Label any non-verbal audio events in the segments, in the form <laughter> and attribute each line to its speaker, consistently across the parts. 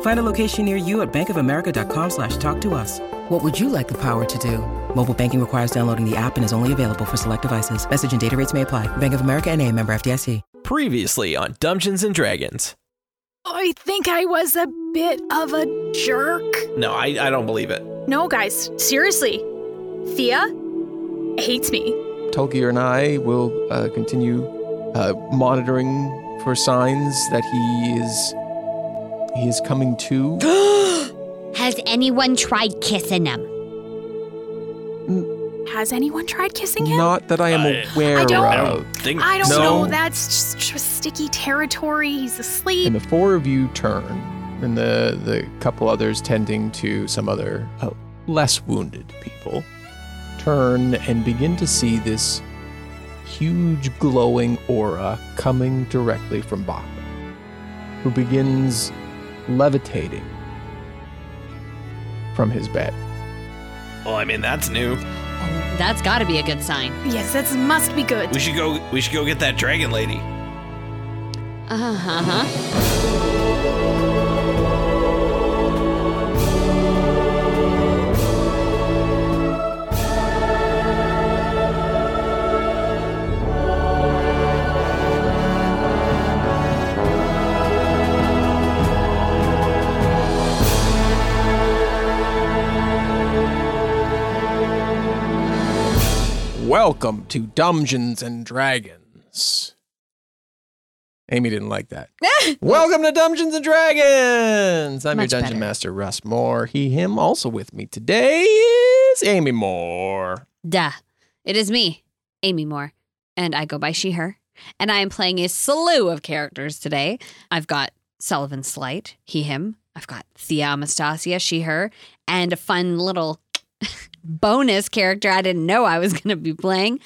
Speaker 1: Find a location near you at bankofamerica.com slash talk to us. What would you like the power to do? Mobile banking requires downloading the app and is only available for select devices. Message and data rates may apply. Bank of America and a member FDIC.
Speaker 2: Previously on Dungeons and Dragons.
Speaker 3: I think I was a bit of a jerk.
Speaker 2: No, I, I don't believe it.
Speaker 3: No, guys, seriously. Thea hates me.
Speaker 4: Tolkier and I will uh, continue uh, monitoring for signs that he is he is coming to.
Speaker 5: Has anyone tried kissing him?
Speaker 3: Has anyone tried kissing him?
Speaker 4: Not that I am
Speaker 2: I-
Speaker 4: aware
Speaker 3: I don't-
Speaker 2: I
Speaker 4: of.
Speaker 2: don't think
Speaker 3: I don't
Speaker 4: No.
Speaker 3: know. That's just, just sticky territory. He's asleep.
Speaker 4: And the four of you turn, and the the couple others tending to some other uh, less wounded people turn and begin to see this huge glowing aura coming directly from Bachman, who begins levitating from his bed.
Speaker 2: Well, Oh, I mean that's new.
Speaker 5: That's gotta be a good sign.
Speaker 3: yes, that must be good.
Speaker 2: We should go. We should go get that dragon lady.
Speaker 5: Uh huh.
Speaker 4: Welcome to Dungeons and Dragons. Amy didn't like
Speaker 5: <laughs>
Speaker 4: that. Welcome to Dungeons and Dragons. I'm your
Speaker 5: Much
Speaker 4: dungeon
Speaker 5: better.
Speaker 4: master Russ Moore. He, him. Also with me today is Amy Moore.
Speaker 5: Duh. It is me, Amy Moore, and I go by she, her. And I am playing a slew of characters today. I've got Sullivan Slight, he, him. I've got Thea Amastasia, she, her, and a fun little <laughs> bonus character I didn't know I was <laughs> going to be playing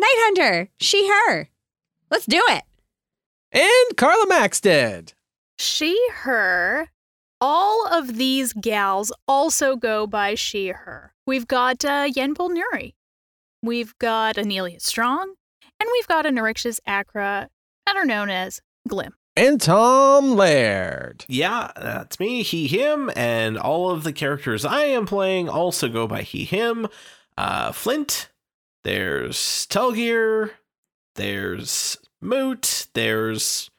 Speaker 5: Night Hunter, she, her. Let's do it.
Speaker 4: And Carla Maxted.
Speaker 3: she, her. All of these gals also go by she, her. We've got uh, Yenbul Nuri. We've got Anelia Strong. And we've got Anurixis Akra, better known as Glim.
Speaker 4: And Tom Laird.
Speaker 2: Yeah, that's me. He, him, and all of the characters I am playing also go by he, him. Uh, Flint. There's Telgear. There's Moot. There's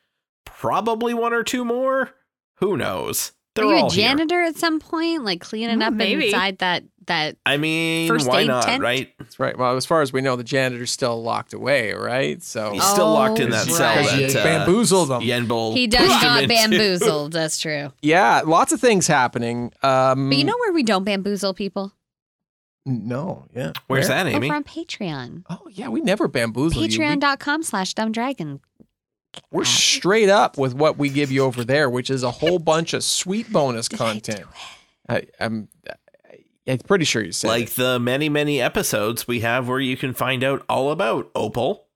Speaker 2: probably one or two more. Who knows? They're
Speaker 5: Are you
Speaker 2: all
Speaker 5: a
Speaker 2: here.
Speaker 5: janitor at some point, like cleaning
Speaker 3: Mm,
Speaker 5: up
Speaker 3: maybe.
Speaker 5: inside that that
Speaker 2: I mean,
Speaker 5: First
Speaker 2: why
Speaker 5: aid
Speaker 2: not?
Speaker 5: tent?
Speaker 2: Right?
Speaker 4: That's right. Well, as far as we know, the janitor's still locked away, right? So
Speaker 2: He's still locked in
Speaker 5: Oh,
Speaker 2: that
Speaker 5: right.
Speaker 2: cell.
Speaker 4: He
Speaker 2: That, uh,
Speaker 4: bamboozled them.
Speaker 2: Yenbul.
Speaker 5: He does
Speaker 2: pushed him
Speaker 5: not
Speaker 2: into.
Speaker 5: bamboozle. That's true.
Speaker 4: Yeah, lots of things happening. Um,
Speaker 2: Hmm.
Speaker 5: But you know where we don't bamboozle people?
Speaker 4: no, yeah.
Speaker 2: <laughs> Where's
Speaker 4: Where?
Speaker 2: that, Amy?
Speaker 5: Over on Patreon.
Speaker 4: Oh yeah, we never bamboozle you. We-
Speaker 5: Patreon.com slash dumbdragon.
Speaker 4: We're straight up with what we give you over there, which is a whole bunch of sweet bonus content. I, I'm, I'm pretty sure you said
Speaker 2: like
Speaker 4: it.
Speaker 2: the many many episodes we have where you can find out all about opal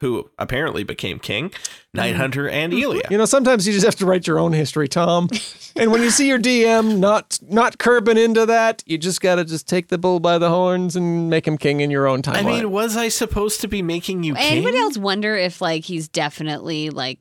Speaker 2: who apparently became king night hunter and elia
Speaker 4: Mm-hmm. You know, sometimes you just have to write your own history, Tom. and when you see your DM not not curbing into that, you just gotta just take the bull by the horns and make him king in your own time.
Speaker 2: i mean was i supposed to be making you king
Speaker 5: Anybody else wonder if like he's definitely like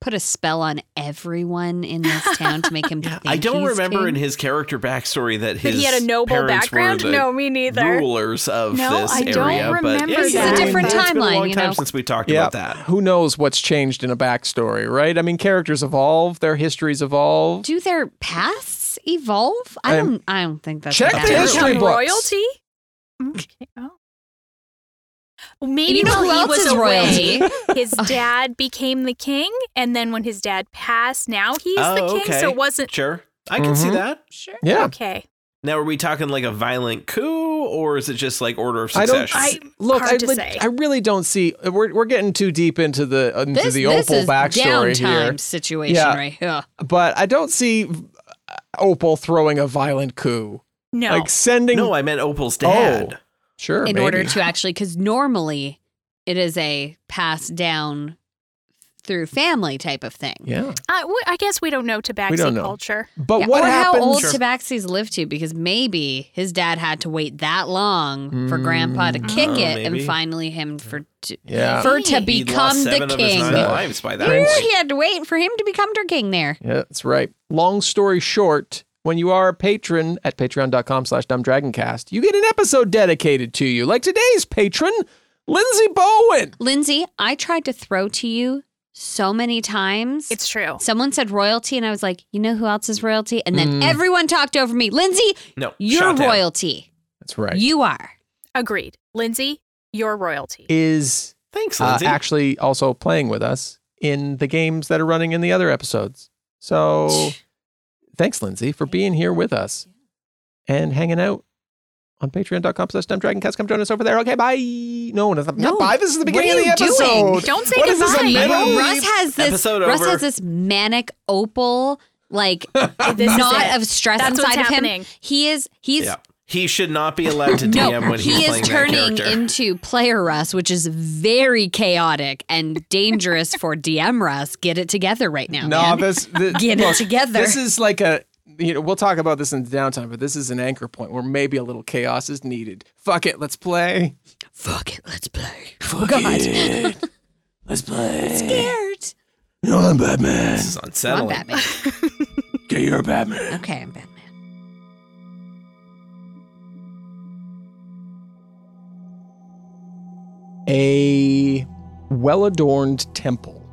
Speaker 5: put a spell on everyone in this town to
Speaker 2: <laughs>
Speaker 5: make him think
Speaker 2: i don't
Speaker 5: he's
Speaker 2: remember
Speaker 5: king?
Speaker 2: in his character backstory that
Speaker 3: That
Speaker 2: his
Speaker 3: he had a noble
Speaker 2: parents
Speaker 3: background?
Speaker 2: were the
Speaker 3: No, me neither.
Speaker 2: rulers of
Speaker 3: No,
Speaker 2: this
Speaker 3: I
Speaker 2: area
Speaker 3: don't
Speaker 2: but
Speaker 3: remember
Speaker 2: yeah,
Speaker 3: This is a
Speaker 2: yeah,
Speaker 3: different
Speaker 2: it's been a
Speaker 5: timeline,
Speaker 2: long
Speaker 5: you
Speaker 2: time
Speaker 5: know?
Speaker 2: since we talked
Speaker 4: yeah,
Speaker 2: about that
Speaker 4: who knows what's changed in a backstory, right? I mean, characters evolve, their histories evolve.
Speaker 5: Do their pasts evolve? I
Speaker 4: I'm-
Speaker 5: don't I don't think that's
Speaker 4: Check
Speaker 5: a
Speaker 4: the
Speaker 5: bad-
Speaker 4: history
Speaker 3: Become
Speaker 4: books.
Speaker 3: royalty. Okay. Oh.
Speaker 6: Maybe
Speaker 5: you know
Speaker 6: while
Speaker 5: who
Speaker 6: he
Speaker 5: else
Speaker 6: was
Speaker 5: is
Speaker 6: away,
Speaker 5: royalty? <laughs>
Speaker 6: his dad became the king, and then when his dad passed, now he's the
Speaker 2: Oh,
Speaker 6: king.
Speaker 2: okay.
Speaker 6: So it wasn't
Speaker 2: Sure. I can see
Speaker 4: Mhm.
Speaker 2: that.
Speaker 5: Sure.
Speaker 4: Yeah.
Speaker 6: okay.
Speaker 2: Now, are we talking like a violent coup or is it just like order of
Speaker 4: I don't
Speaker 2: succession?
Speaker 4: I,
Speaker 6: I-
Speaker 4: look.
Speaker 6: hard
Speaker 4: I,
Speaker 6: to
Speaker 4: leg-
Speaker 6: say.
Speaker 4: I really don't see. We're, we're getting too deep into the into
Speaker 5: This,
Speaker 4: the
Speaker 5: this
Speaker 4: Opal
Speaker 5: is
Speaker 4: backstory here.
Speaker 5: downtime situation
Speaker 4: Yeah.
Speaker 5: right here.
Speaker 4: but I don't see uh, Opal throwing a violent coup.
Speaker 6: No.
Speaker 4: Like sending. Oh,
Speaker 2: no, I meant Opal's dad.
Speaker 4: sure.
Speaker 5: in
Speaker 4: maybe.
Speaker 5: order to actually because normally it is a passed down through family type of thing.
Speaker 4: <laughs> Yeah.
Speaker 6: I, w- I guess we don't know Tabaxi
Speaker 4: We don't know.
Speaker 6: culture.
Speaker 4: But
Speaker 5: Yeah,
Speaker 4: what
Speaker 5: or
Speaker 4: happens?
Speaker 5: how old
Speaker 2: Sure.
Speaker 5: Tabaxi's lived to because maybe his dad had to wait that long for grandpa to
Speaker 4: Mm.
Speaker 5: kick
Speaker 2: Oh,
Speaker 5: it and
Speaker 2: maybe.
Speaker 5: finally him for to,
Speaker 4: Yeah.
Speaker 5: for to
Speaker 6: He'd
Speaker 2: He'd lost
Speaker 5: become the
Speaker 2: seven of his
Speaker 5: king.
Speaker 2: nine
Speaker 4: Yeah.
Speaker 2: lives by that
Speaker 4: Prince-
Speaker 5: Yeah,
Speaker 2: point.
Speaker 5: he had to wait for him to become their king there.
Speaker 4: Yeah, that's right. Long story short, when you are a patron at patreon.com slash dumbdragoncast, you get an episode dedicated to you. Like today's patron, Lindsay Bowen.
Speaker 5: Lindsay, I tried to throw to you so many times.
Speaker 6: It's true.
Speaker 5: Someone said royalty, and I was like, you know who else is royalty? And then
Speaker 4: Mm.
Speaker 5: everyone talked over me. Lindsay,
Speaker 2: No,
Speaker 5: you're
Speaker 2: shot down.
Speaker 5: royalty.
Speaker 4: That's right.
Speaker 5: You are.
Speaker 6: Agreed. Lindsay, your royalty.
Speaker 4: is
Speaker 2: Thanks,
Speaker 4: uh,
Speaker 2: Lindsay.
Speaker 4: actually also playing with us in the games that are running in the other episodes.
Speaker 5: <sniffs>
Speaker 4: So thanks, Lindsay, for being here with us and hanging out on patreon.com slash dumbdragoncast. Come join us over there. Okay, bye. No, not,
Speaker 5: No,
Speaker 4: not bye. This is the
Speaker 5: what
Speaker 4: beginning
Speaker 5: are
Speaker 4: of the
Speaker 5: you
Speaker 4: episode.
Speaker 5: doing?
Speaker 6: Don't say
Speaker 4: What is this, a
Speaker 6: goodbye.
Speaker 4: meta?
Speaker 5: Well,
Speaker 4: Maybe-
Speaker 5: Russ has this.
Speaker 2: Episode
Speaker 5: Russ
Speaker 2: over.
Speaker 5: has this manic opal, like
Speaker 6: <laughs> This is
Speaker 5: not
Speaker 6: it.
Speaker 5: of stress
Speaker 6: That's what's
Speaker 5: inside of him.
Speaker 6: happening.
Speaker 5: He is. He's.
Speaker 2: yeah. He should not be allowed to DM
Speaker 5: <laughs> No,
Speaker 2: when he's
Speaker 5: he is
Speaker 2: playing that
Speaker 5: turning
Speaker 2: character.
Speaker 5: into player Russ, which is very chaotic
Speaker 6: <laughs>
Speaker 5: and dangerous for DM Russ. Get it together right now.
Speaker 4: No,
Speaker 5: man.
Speaker 4: this the,
Speaker 5: <laughs> Get it
Speaker 4: look,
Speaker 5: together.
Speaker 4: This is like a you know we'll talk about this in the downtime, but this is an anchor point where maybe a little chaos is needed. Fuck it, let's play.
Speaker 5: Fuck it, let's play.
Speaker 4: Fuck
Speaker 5: God. <laughs>
Speaker 4: it, let's play.
Speaker 5: Scared.
Speaker 4: No, I'm Batman.
Speaker 2: this is
Speaker 5: I'm
Speaker 2: unsettling.
Speaker 5: Batman.
Speaker 4: Okay, you're Batman.
Speaker 5: Okay, I'm Batman.
Speaker 4: A well adorned temple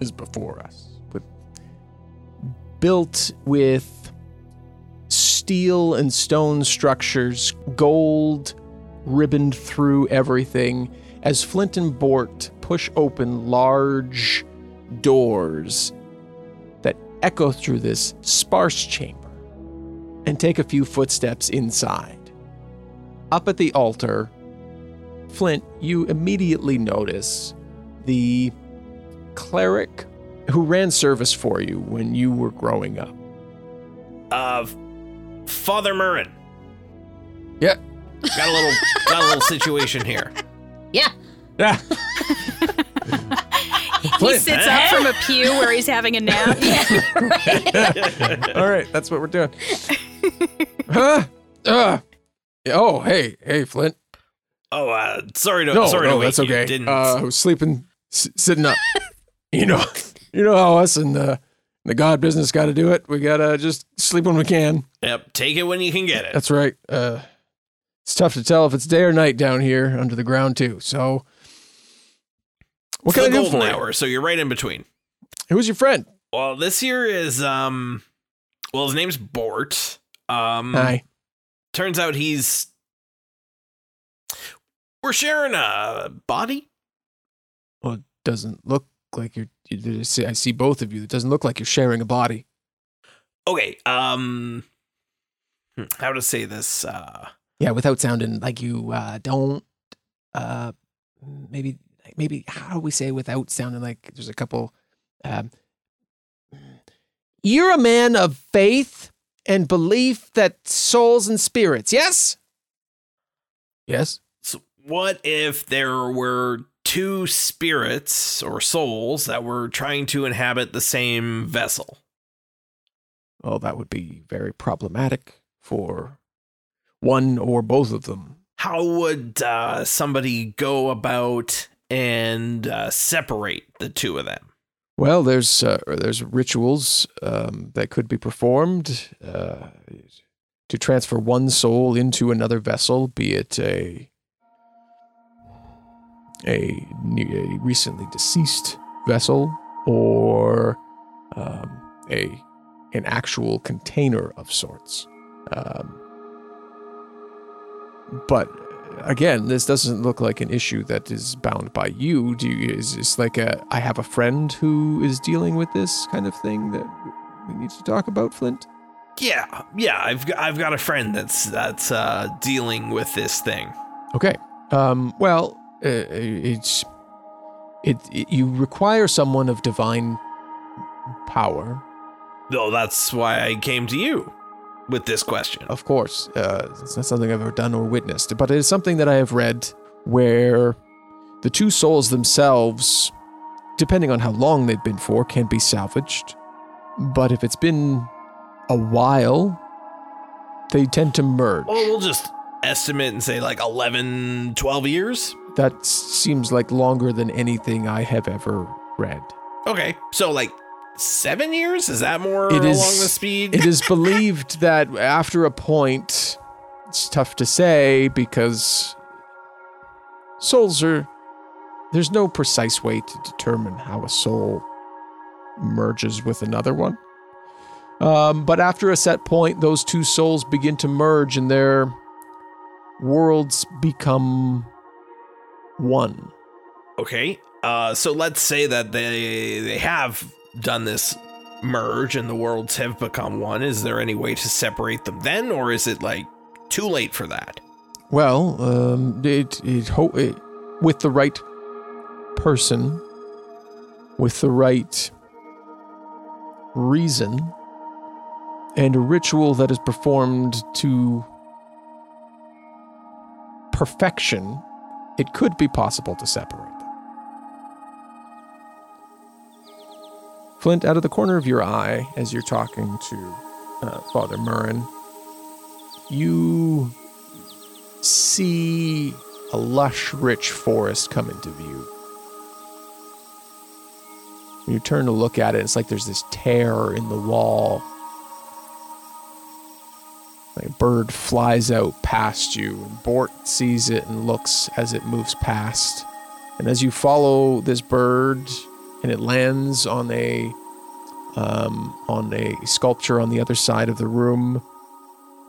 Speaker 4: is before us, with, built with steel and stone structures, gold ribboned through everything, as Flint and Bort push open large doors that echo through this sparse chamber and take a few footsteps inside. Up at the altar, Flint, you immediately notice the cleric who ran service for you when you were growing up.
Speaker 2: Uh, Father Murrin.
Speaker 4: Yeah.
Speaker 2: Got a little got a little situation here.
Speaker 5: Yeah.
Speaker 4: <laughs> Yeah.
Speaker 6: He sits up from a pew where he's having a
Speaker 5: <laughs>
Speaker 6: nap.
Speaker 4: <laughs> All right, that's what we're doing. huh? Uh. Oh, hey, hey, Flint.
Speaker 2: Oh, uh, sorry to
Speaker 4: No,
Speaker 2: sorry to
Speaker 4: no,
Speaker 2: wake
Speaker 4: that's
Speaker 2: you.
Speaker 4: okay.
Speaker 2: Didn't
Speaker 4: Uh, I was sleeping, s- sitting up. you know, you know how us and the, the God business got to do it. We gotta just sleep when we can.
Speaker 2: yep. Take it when you can get it.
Speaker 4: That's right. Uh, it's tough to tell if it's day or night down here under the ground too. So, what
Speaker 2: It's
Speaker 4: can I
Speaker 2: the
Speaker 4: do
Speaker 2: golden
Speaker 4: for you?
Speaker 2: hour, so you're right in between.
Speaker 4: Who's your friend?
Speaker 2: Well, this here is um, well, his name's Bort. Um,
Speaker 4: Hi.
Speaker 2: turns out he's we're sharing a body.
Speaker 4: Well, it doesn't look like you're. you- I see- I see both of you. It doesn't look like you're sharing a body.
Speaker 2: Okay. Um, hmm, how to say this? Uh,
Speaker 4: Yeah, without sounding like you uh, don't. Uh, maybe maybe how do we say without sounding like there's a couple. Um, you're a man of faith and belief that souls and spirits. Yes. Yes.
Speaker 2: so what if there were two spirits or souls that were trying to inhabit the same vessel?
Speaker 4: Well, that would be very problematic for one or both of them.
Speaker 2: How would uh, somebody go about and uh, separate the two of them?
Speaker 4: Well, there's uh, there's rituals um, that could be performed uh, to transfer one soul into another vessel, be it a a, new, a recently deceased vessel or um, a an actual container of sorts. Um, but again, this doesn't look like an issue that is bound by you. Do you, is this like a I have a friend who is dealing with this kind of thing that we need to talk about, Flint?
Speaker 2: Yeah, yeah. I've g- I've got a friend that's that's uh, dealing with this thing.
Speaker 4: Okay. Um, well, uh, it's it, it. You require someone of divine power,
Speaker 2: Though that's why I came to you with this question.
Speaker 4: of course. Uh, it's not something I've ever done or witnessed, but it is something that I have read where the two souls themselves, depending on how long they've been for, can be salvaged. But if it's been a while, they tend to merge.
Speaker 2: Well, we'll just estimate and say like 11, 12 years.
Speaker 4: That seems like longer than anything I have ever read.
Speaker 2: Okay, so like seven years is that more
Speaker 4: It
Speaker 2: along
Speaker 4: is-
Speaker 2: the speed?
Speaker 4: it is believed that after a point, it's tough to say because souls are. There's no precise way to determine how a soul merges with another one. Um, but after a set point, those two souls begin to merge and their worlds become one.
Speaker 2: Okay. Uh, so let's say that they they have done this merge and the worlds have become one. Is there any way to separate them then, or is it like too late for that?
Speaker 4: Well, um, it, it, ho- it with the right person, with the right reason, and a ritual that is performed to perfection, it could be possible to separate them. Flint, out of the corner of your eye, as you're talking to uh, Father Murrin, you see a lush, rich forest come into view. You turn to look at it, it's like there's this tear in the wall. Like a bird flies out past you, and Bort sees it and looks as it moves past. And as you follow this bird, and it lands on a um, on a sculpture on the other side of the room,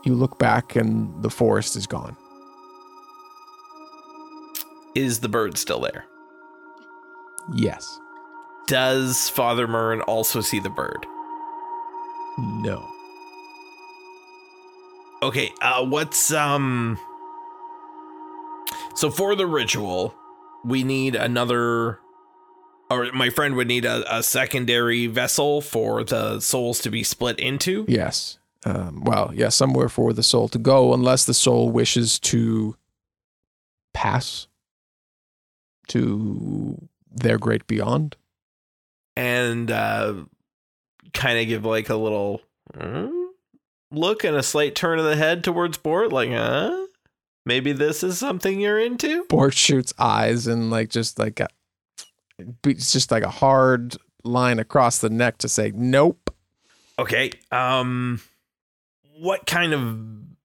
Speaker 4: you look back and the forest is gone.
Speaker 2: Is the bird still there?
Speaker 4: Yes.
Speaker 2: Does Father Murn also see the bird?
Speaker 4: No.
Speaker 2: Okay, uh what's um So for the ritual, we need another or my friend would need a, a secondary vessel for the souls to be split into.
Speaker 4: Yes. Um, well, yeah, somewhere for the soul to go, unless the soul wishes to pass to their great beyond.
Speaker 2: and uh, kind of give like a little "Hmm?" look and a slight turn of the head towards Bort, like, huh? Maybe this is something you're into?
Speaker 4: Bort shoots eyes and like just like a, it's just like a hard line across the neck to say nope.
Speaker 2: Okay. Um, what kind of.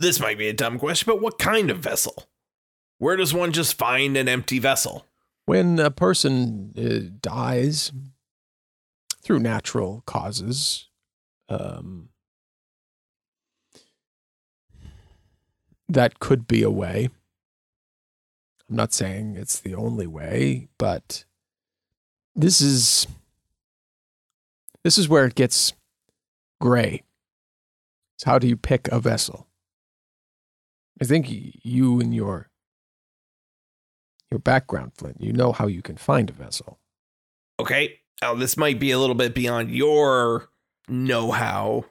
Speaker 2: This might be a dumb question, but what kind of vessel? Where does one just find an empty vessel?
Speaker 4: When a person uh, dies through natural causes, um, that could be a way. I'm not saying it's the only way, but this is this is where it gets gray. It's how do you pick a vessel? I think y- you and your your background, Flint, you know how you can find a vessel.
Speaker 2: Okay. Oh, this might be a little bit beyond your know how.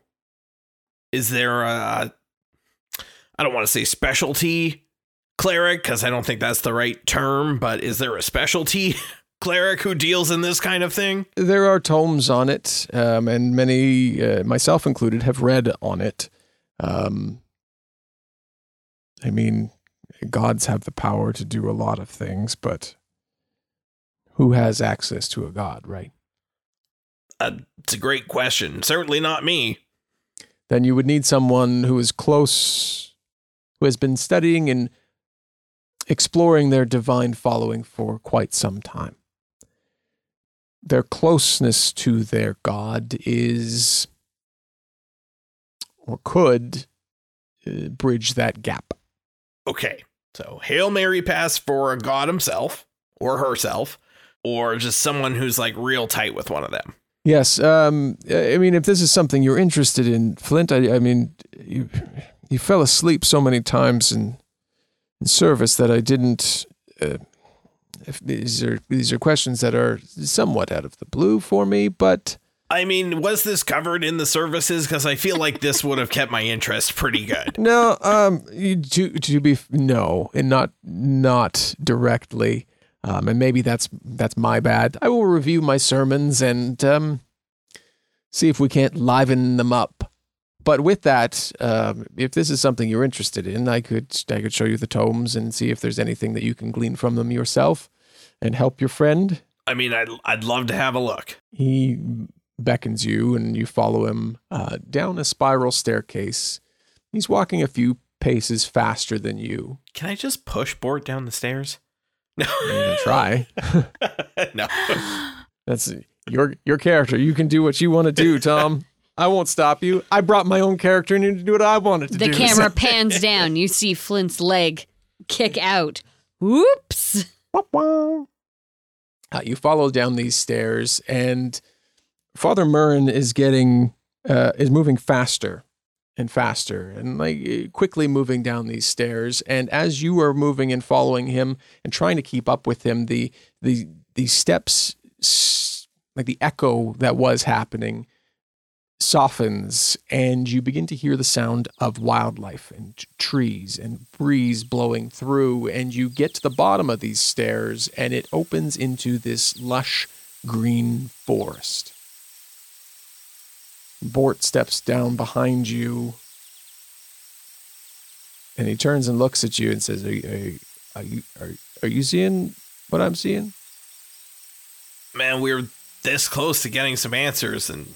Speaker 2: Is there a, I don't want to say specialty cleric because I don't think that's the right term, but is there a specialty <laughs> cleric who deals in this kind of thing?
Speaker 4: There are tomes on it, um, and many, uh, myself included, have read on it. Um, I mean, gods have the power to do a lot of things, but who has access to a god, right?
Speaker 2: Uh, it's a great question. Certainly not me.
Speaker 4: Then you would need someone who is close, who has been studying and exploring their divine following for quite some time. Their closeness to their God is, or could, uh, bridge that gap.
Speaker 2: Okay. So, Hail Mary pass for a god himself or herself, or just someone who's like real tight with one of them.
Speaker 4: Yes. Um, I mean, if this is something you're interested in, Flint, I, I mean, you, you fell asleep so many times in, in service that I didn't. Uh, if these are these are questions that are somewhat out of the blue for me, but
Speaker 2: I mean, was this covered in the services? Because I feel like this would have kept my interest pretty
Speaker 4: <laughs>
Speaker 2: good.
Speaker 4: no. Um, you, to to be f- no, and not not directly. Um, and maybe that's that's my bad. I will review my sermons and um, see if we can't liven them up. But with that, um, if this is something you're interested in, I could I could show you the tomes and see if there's anything that you can glean from them yourself, and help your friend.
Speaker 2: I mean, I'd, I'd love to have a look.
Speaker 4: He beckons you, and you follow him uh, down a spiral staircase. He's walking a few paces faster than you.
Speaker 2: Can I just push Bort down the stairs? <laughs> No.
Speaker 4: You can try.
Speaker 2: no.
Speaker 4: That's your your character. You can do what you want to do, Tom. I won't stop you. I brought my own character in here to do what I wanted to
Speaker 5: The
Speaker 4: do.
Speaker 5: camera pans down. You see Flint's leg kick out. Whoops.
Speaker 4: Wah, wah. Uh, you follow down these stairs, and Father Murrin is getting uh, is moving faster and faster, and like eh, quickly moving down these stairs. And as you are moving and following him and trying to keep up with him, the the the steps, s- like the echo that was happening, softens, and you begin to hear the sound of wildlife and t- trees and breeze blowing through. And you get to the bottom of these stairs, and it opens into this lush green forest. Bort steps down behind you, and he turns and looks at you and says, "Are you are, you are, are you seeing what I'm seeing?"
Speaker 2: Man, we were this close to getting some answers, and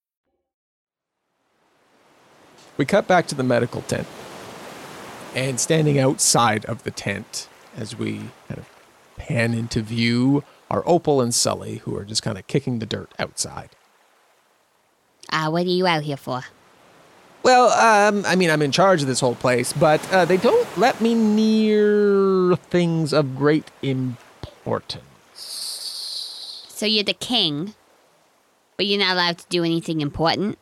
Speaker 4: We cut back to the medical tent. And standing outside of the tent, as we kind of pan into view, are Opal and Sully, who are just kind of kicking the dirt outside.
Speaker 5: Ah, what are you out here for?
Speaker 4: Well, um, I mean, I'm in charge of this whole place, but uh, they don't let me near things of great importance.
Speaker 5: So you're the king, but you're not allowed to do anything important.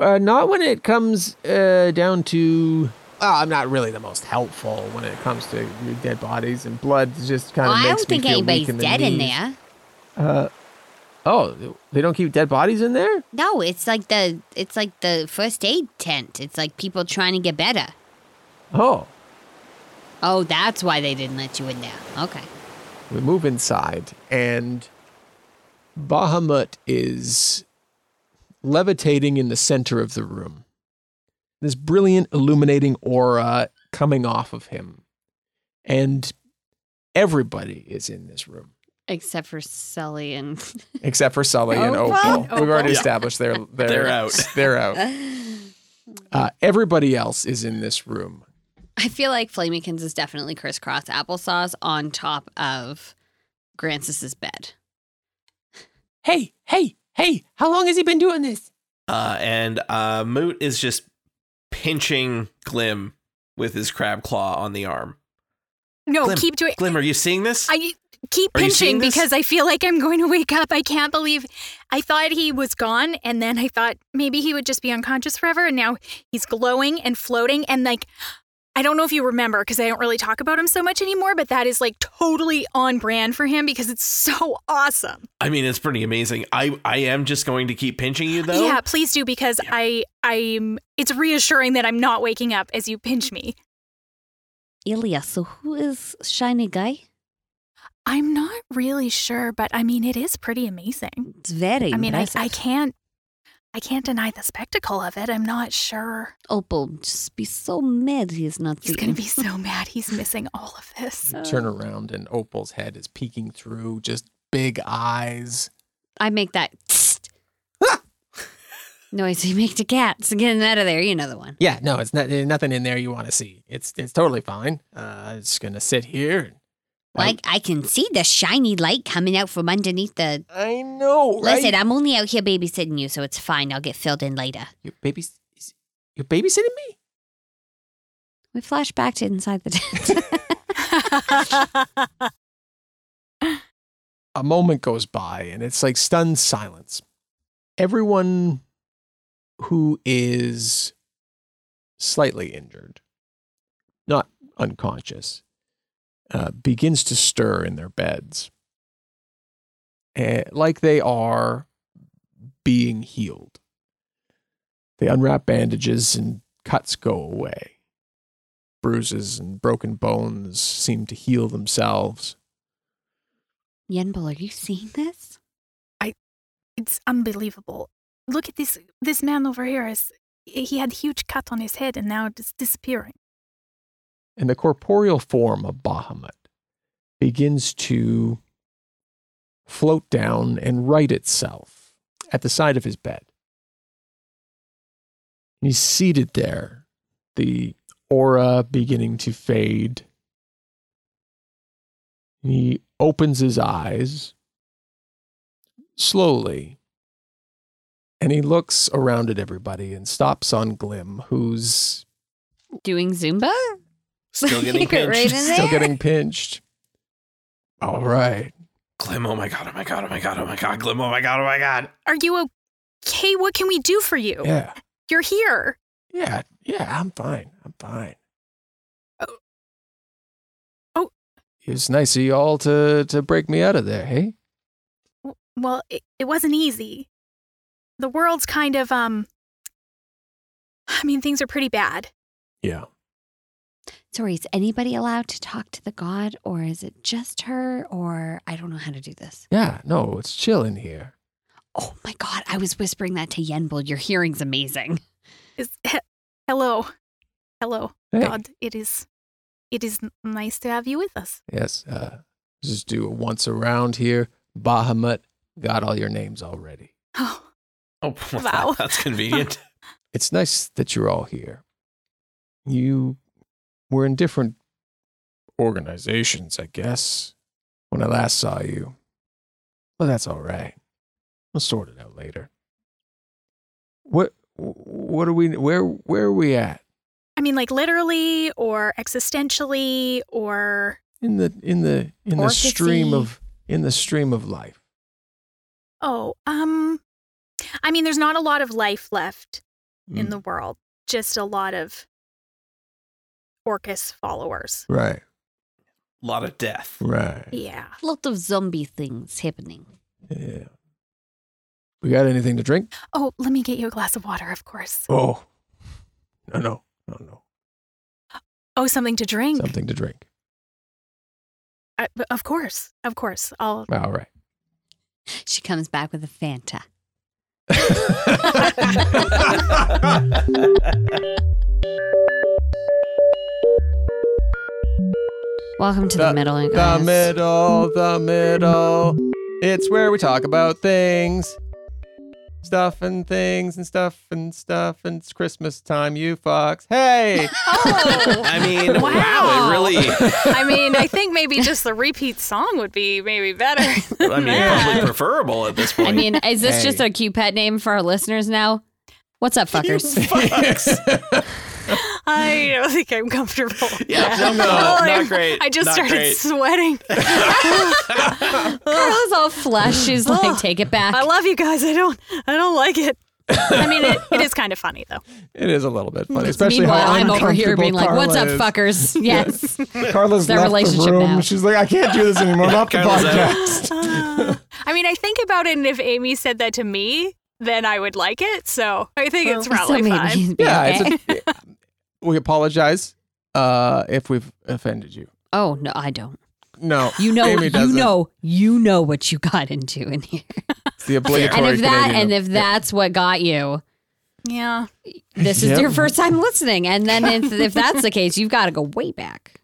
Speaker 4: Uh, not when it comes uh, down to. Oh, I'm not really the most helpful when it comes to dead bodies and blood. Just kind
Speaker 5: Well,
Speaker 4: of
Speaker 5: I
Speaker 4: makes
Speaker 5: don't think
Speaker 4: me feel
Speaker 5: anybody's
Speaker 4: weak in the
Speaker 5: dead in
Speaker 4: knees.
Speaker 5: there.
Speaker 4: Oh, they don't keep dead bodies in there?
Speaker 5: No, it's like the it's like the first aid tent. It's like people trying to get better.
Speaker 4: Oh,
Speaker 5: Oh, that's why they didn't let you in there. Okay.
Speaker 4: we move inside, and Bahamut is levitating in the center of the room. This brilliant, illuminating aura coming off of him. And everybody is in this room
Speaker 5: Except for Sully and
Speaker 4: except for Sully and
Speaker 5: Opal.
Speaker 4: Opal. We've already
Speaker 2: Oh, Yeah.
Speaker 4: established they're,
Speaker 2: <laughs>
Speaker 4: they're,
Speaker 2: They're out.
Speaker 4: <laughs>
Speaker 2: <laughs>
Speaker 4: They're out. Uh, everybody else is in this room.
Speaker 5: I feel like Flamingkins is definitely crisscross applesauce on top of Grancis's bed.
Speaker 4: Hey, hey, hey, how long has he been doing this?
Speaker 2: Uh, and uh, Moot is just pinching Glim with his crab claw on the arm.
Speaker 3: Oh,
Speaker 6: No,
Speaker 2: Glim,
Speaker 6: keep doing
Speaker 2: Glim, are you seeing this?
Speaker 6: I keep
Speaker 2: Are you
Speaker 6: pinching
Speaker 2: seeing this?
Speaker 6: because I feel like I'm going to wake up. I can't believe I thought he was gone and then I thought maybe he would just be unconscious forever and now he's glowing and floating and like I don't know if you remember because I don't really talk about him so much anymore, but that is like totally on brand for him because it's so awesome.
Speaker 2: I mean, it's pretty amazing. I, I am just going to keep pinching you, though.
Speaker 6: Yeah, please do because I I'm it's reassuring that I'm not waking up as you pinch me.
Speaker 5: Ilya, so who is Shiny Guy?
Speaker 6: I'm not really sure, but I mean, it is pretty amazing.
Speaker 5: It's very
Speaker 6: I mean, I,
Speaker 5: impressive.
Speaker 6: I can't, I can't deny the spectacle of it. I'm not sure.
Speaker 5: Opal would just be so mad he's not
Speaker 6: He's
Speaker 5: vegan.
Speaker 6: gonna be so mad. He's missing all of this.
Speaker 5: Oh.
Speaker 4: You turn around and Opal's head is peeking through, just big eyes.
Speaker 5: I make that
Speaker 6: Ah!
Speaker 5: <laughs> noise you make to cats. Get them out of there. You know the one.
Speaker 4: Yeah, no, it's not, there's nothing in there you want to see. It's it's totally fine. Uh, I'm just gonna sit here. and-
Speaker 5: Like I can see the shiny light coming out from underneath the.
Speaker 4: I know, right?
Speaker 5: Listen, I'm only out here babysitting you, so it's fine. I'll get filled in later.
Speaker 4: Your baby's you're babysitting me.
Speaker 5: We flash back to inside the tent. <laughs>
Speaker 4: a moment goes by and it's like stunned silence. Everyone who is slightly injured, not unconscious, uh, begins to stir in their beds eh, like they are being healed. They unwrap bandages and cuts go away. Bruises and broken bones seem to heal themselves.
Speaker 5: Yenbol, are you seeing this?
Speaker 6: It's unbelievable. Look at this. This man over here is. He had huge cut on his head, and now it's disappearing.
Speaker 4: and the corporeal form of Bahamut begins to float down and right itself at the side of his bed. He's seated there, the aura beginning to fade. He opens his eyes slowly and he looks around at everybody and stops on Glim, who's
Speaker 5: Doing Zumba?
Speaker 2: Still getting
Speaker 5: You're
Speaker 2: pinched.
Speaker 5: right in there.
Speaker 4: Still getting pinched. All right.
Speaker 2: Glim, oh my god, oh my god, oh my god, oh my god, Glim, oh my god, oh my god.
Speaker 6: Are you okay? What can we do for you?
Speaker 4: Yeah.
Speaker 6: You're here.
Speaker 4: Yeah. Yeah. I'm fine. I'm fine.
Speaker 6: Oh. Oh.
Speaker 4: It's nice of y'all to to break me out of there, hey?
Speaker 6: W- Well, it, it wasn't easy. The world's kind of um. I mean, things are pretty bad.
Speaker 4: Yeah.
Speaker 5: Sorry, is anybody allowed to talk to the god, or is it just her, or I don't know how to do this?
Speaker 4: Yeah. No, it's chill in here.
Speaker 5: Oh my god, I was whispering that to Yenbol. Your hearing's amazing. <laughs>
Speaker 6: Is he- hello, hello,
Speaker 4: Hey.
Speaker 6: God. It is, it is n- nice to have you with us.
Speaker 4: Yes. Uh, just do it once around here. Bahamut got all your names already.
Speaker 6: Oh,
Speaker 2: Oh <laughs> well,
Speaker 6: Wow.
Speaker 2: that's convenient.
Speaker 4: it's nice that you're all here. You were in different organizations, I guess, when I last saw you. But that's all right. We'll sort it out later. What what are we where where are we at?
Speaker 6: I mean, like literally or existentially or
Speaker 4: In the in the in the stream
Speaker 5: Orchesy.
Speaker 4: of in the stream of life.
Speaker 6: oh, um, I mean, there's not a lot of life left in
Speaker 4: Mm,
Speaker 6: the world. Just a lot of Orcus followers.
Speaker 4: Right,
Speaker 2: A lot of death.
Speaker 4: right.
Speaker 6: Yeah.
Speaker 5: A lot of zombie things happening.
Speaker 4: Yeah. We got anything to drink?
Speaker 6: Oh, let me get you a glass of water, of course.
Speaker 4: Oh. No, no. No, no.
Speaker 6: Oh, something to drink.
Speaker 4: Something to drink.
Speaker 6: I, but of course, of course. I'll.
Speaker 4: All right.
Speaker 5: She comes back with a Fanta. <laughs> Welcome to the, middle, you
Speaker 4: The
Speaker 5: guys.
Speaker 4: middle, the middle. It's where we talk about things. Stuff and things and stuff and stuff. And it's Christmas time, you fucks.
Speaker 5: <laughs>
Speaker 4: Hey!
Speaker 2: I mean, wow,
Speaker 6: Wow.
Speaker 2: it
Speaker 3: <laughs>
Speaker 2: really.
Speaker 6: <laughs> I mean, I think maybe just the repeat song would be maybe better.
Speaker 2: I mean, probably preferable at this point.
Speaker 5: I mean, is this just
Speaker 4: Hey.
Speaker 5: a cute pet name for our listeners now?
Speaker 4: <laughs>
Speaker 5: What's up, fuckers?
Speaker 6: I don't think I'm comfortable.
Speaker 2: Yeah,
Speaker 6: <laughs>
Speaker 2: no, no,
Speaker 6: Well,
Speaker 2: not
Speaker 6: I'm-
Speaker 2: great,
Speaker 6: I just
Speaker 2: not
Speaker 6: started
Speaker 2: great.
Speaker 6: sweating.
Speaker 5: Carla's all flush.
Speaker 4: <laughs>
Speaker 5: She's like, take
Speaker 2: <laughs>
Speaker 5: it back.
Speaker 6: I love you guys. I don't. I don't like it. I mean, it, it
Speaker 2: <laughs>
Speaker 6: is kind of funny though.
Speaker 4: it is a little bit funny, especially
Speaker 5: Meanwhile,
Speaker 4: how
Speaker 5: I'm over here being like, "What's up,
Speaker 4: fucker?"
Speaker 5: fuckers?" <laughs> Yes.
Speaker 4: Carla's
Speaker 5: Their
Speaker 4: left the
Speaker 5: relationship
Speaker 4: room.
Speaker 5: now.
Speaker 4: She's like, I can't do this anymore. Not the
Speaker 2: <laughs> Carla's out.
Speaker 4: podcast.
Speaker 6: I mean, I think about it, and if Amy said that to me, then I would like it. So I think it's probably
Speaker 5: So
Speaker 6: fine.
Speaker 5: maybe you'd be
Speaker 4: Yeah,
Speaker 5: okay.
Speaker 4: it's a, we apologize uh, if we've offended you.
Speaker 5: oh no, I don't.
Speaker 4: No,
Speaker 5: You know,
Speaker 4: Amy
Speaker 5: you
Speaker 4: doesn't.
Speaker 5: know, you know what you got into in here.
Speaker 4: It's the
Speaker 5: And
Speaker 4: obligatory.
Speaker 5: if that,
Speaker 4: Canadian-
Speaker 5: and if that's what got you,
Speaker 6: Yeah.
Speaker 5: this is
Speaker 4: Yep.
Speaker 5: your first time listening. And then
Speaker 6: <laughs>
Speaker 5: if, if that's the case, you've got to go way back,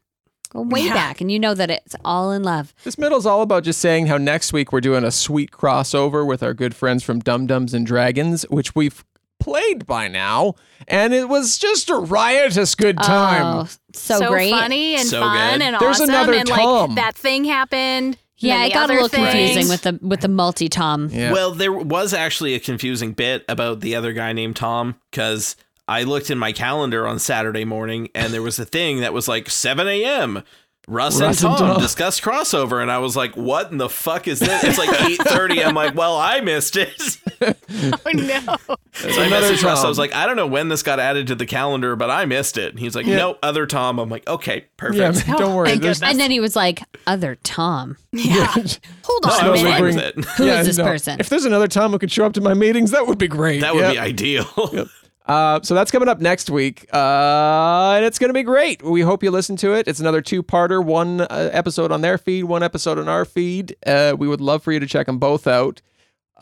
Speaker 5: go way
Speaker 6: Yeah.
Speaker 5: back, and you know that it's all in love.
Speaker 4: This middle's all about just saying how next week we're doing a sweet crossover with our good friends from Dum Dums and Dragons, which we've played by now, and it was just a riotous good time.
Speaker 5: Oh, so, great.
Speaker 6: funny and
Speaker 2: So
Speaker 6: fun
Speaker 2: good.
Speaker 6: and
Speaker 4: There's
Speaker 6: awesome.
Speaker 4: another
Speaker 6: and
Speaker 4: Tom.
Speaker 6: like that thing happened. and
Speaker 5: Yeah,
Speaker 6: then
Speaker 5: it
Speaker 6: the
Speaker 5: got a
Speaker 6: other
Speaker 5: little
Speaker 6: thing.
Speaker 5: confusing with the with the multi Tom.
Speaker 4: Yeah.
Speaker 2: Well, there was actually a confusing bit about the other guy named Tom because I looked in my calendar on Saturday morning and there was a thing that was like 7 a.m. Russ,
Speaker 4: Russ
Speaker 2: and
Speaker 4: and
Speaker 2: Tom
Speaker 4: Tom.
Speaker 2: discuss crossover, and I was like, "What in the fuck is this?" It's like 8:30. I'm like, "Well, I missed it." <laughs> so
Speaker 6: Oh <laughs> no.
Speaker 2: I
Speaker 4: another
Speaker 2: messaged Russ. I
Speaker 4: Tom.
Speaker 2: was like, "I don't know when this got added to the calendar, but I missed it." And he's like,
Speaker 4: Yeah.
Speaker 2: "No, other Tom." I'm like, "Okay, perfect."
Speaker 4: yeah, don't worry.
Speaker 6: thank
Speaker 4: There's
Speaker 6: goodness.
Speaker 5: And then he was like, "Other Tom,
Speaker 6: Yeah.
Speaker 4: <laughs>
Speaker 6: Hold
Speaker 2: No,
Speaker 6: on
Speaker 2: I
Speaker 6: a
Speaker 2: was
Speaker 4: Absolutely
Speaker 6: minute.
Speaker 2: fine with
Speaker 4: agree. <laughs>
Speaker 2: it.
Speaker 5: Who is
Speaker 4: Yeah,
Speaker 5: this
Speaker 4: no.
Speaker 5: person?"
Speaker 4: If there's another Tom who could show up to my meetings, that would be great.
Speaker 2: That would
Speaker 4: Yeah.
Speaker 2: be ideal.
Speaker 4: Uh, so that's coming up next week, uh, and it's going to be great. We hope you listen to it. It's another two-parter, one uh, episode on their feed, one episode on our feed. Uh, we would love for you to check them both out.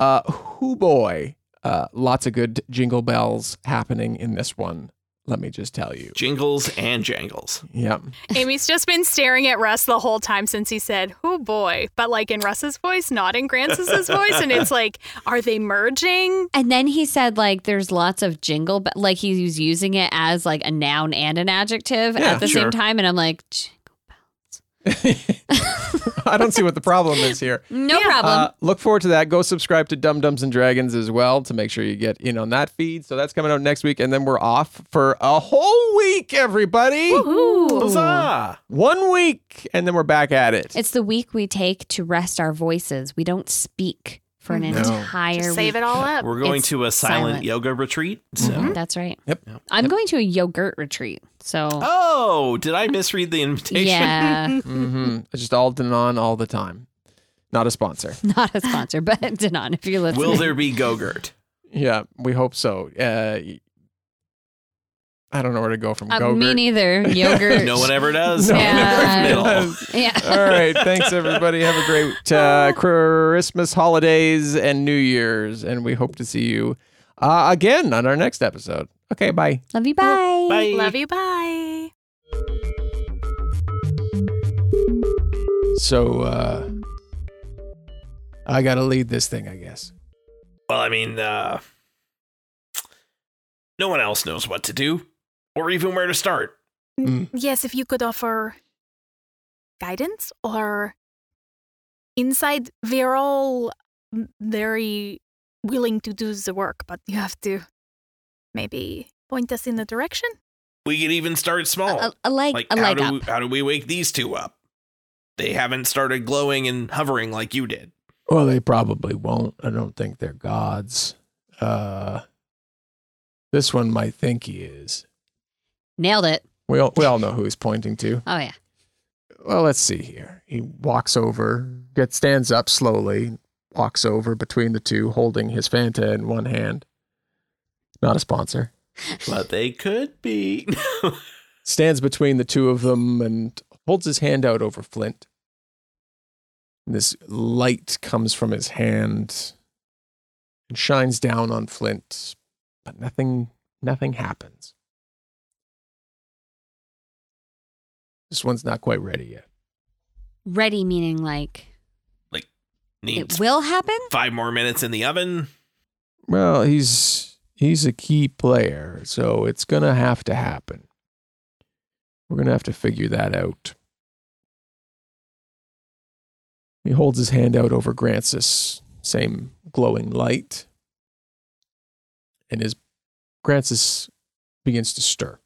Speaker 4: Uh, hoo boy, uh, lots of good jingle bells happening in this one. Let me just tell you.
Speaker 2: <laughs> Jingles and jangles.
Speaker 4: Yeah,
Speaker 6: Amy's just been staring at Russ the whole time since he said, "Oh boy," but like in Russ's voice, not in Grancis's voice, and it's like, are they merging?
Speaker 5: And then he said, like, there's lots of jingle, but like he was using it as like a noun and an adjective
Speaker 4: Yeah,
Speaker 5: at the
Speaker 2: sure.
Speaker 5: same time. And I'm like, "Ch-
Speaker 4: <laughs> I don't see what the problem is here.
Speaker 5: no
Speaker 6: Yeah.
Speaker 5: problem.
Speaker 4: Uh, look forward to that. Go subscribe to Dum Dums and Dragons as well to make sure you get in on that feed. So that's coming out next week, and then we're off for a whole week, everybody.
Speaker 2: Huzzah!
Speaker 4: One week, and then we're back at it.
Speaker 5: it's the week we take to rest our voices. We don't speak for an
Speaker 6: Mhm.
Speaker 4: No.
Speaker 5: entire
Speaker 6: Just
Speaker 5: week.
Speaker 6: save it all up.
Speaker 2: We're going
Speaker 5: It's
Speaker 2: to a silent,
Speaker 5: silent. Mm-hmm.
Speaker 2: yoga retreat. So.
Speaker 4: Mhm.
Speaker 5: That's right.
Speaker 4: Yep.
Speaker 5: I'm going to a yogurt retreat. So,
Speaker 2: Oh, did I misread the invitation? <laughs>
Speaker 5: yeah, <laughs>
Speaker 4: hmm It's just all Denon all the time. Not a sponsor.
Speaker 5: not a sponsor, but <laughs> Denon, if you're listening.
Speaker 2: Will there be Gogurt?
Speaker 4: Yeah, we hope so. Uh, I don't know where to go from
Speaker 5: Uh,
Speaker 4: Gogurt.
Speaker 2: <laughs>
Speaker 5: me neither. Yogurt.
Speaker 2: No one ever does.
Speaker 4: <laughs> No.
Speaker 5: Yeah.
Speaker 2: Middle.
Speaker 5: <laughs> Yeah. <laughs>
Speaker 4: all right. Thanks, everybody. Have a great uh, Christmas holidays and New Year's. And we hope to see you uh, again on our next episode. Okay, bye.
Speaker 5: Love you. Bye.
Speaker 2: Bye.
Speaker 6: Love you. Bye.
Speaker 4: So uh, I got to lead this thing, I guess.
Speaker 2: Well, I mean, uh, no one else knows what to do or even where to start.
Speaker 4: Mm.
Speaker 6: Yes, if you could offer guidance or inside, we're all m- very willing to do the work, but you have to maybe point us in the direction.
Speaker 2: We could even start small.
Speaker 5: A, a leg,
Speaker 2: Oh, like,
Speaker 5: Uh, a
Speaker 2: how,
Speaker 5: leg
Speaker 2: do
Speaker 5: up.
Speaker 2: We, how do we wake these two up? They haven't started glowing and hovering like you did.
Speaker 4: Well, they probably won't. I don't think they're gods. Uh, this one might think he is.
Speaker 5: Nailed it.
Speaker 4: We all, we all know who he's pointing to.
Speaker 5: Oh, yeah.
Speaker 4: Well, let's see here. He walks over, gets stands up slowly, walks over between the two, holding his Fanta in one hand. Not a sponsor.
Speaker 2: But they could be. <laughs>
Speaker 4: stands between the two of them and holds his hand out over Flint. And this light comes from his hand and shines down on Flint, but nothing nothing happens. This one's not quite ready yet.
Speaker 5: Ready, meaning like
Speaker 2: Needs
Speaker 5: it will happen?
Speaker 2: five more minutes in the
Speaker 5: <laughs>
Speaker 2: oven.
Speaker 4: Well, he's he's a key player, so it's gonna have to happen. We're gonna have to figure that out. He holds his hand out over Grancis, same glowing light, and his Grancis begins to stir.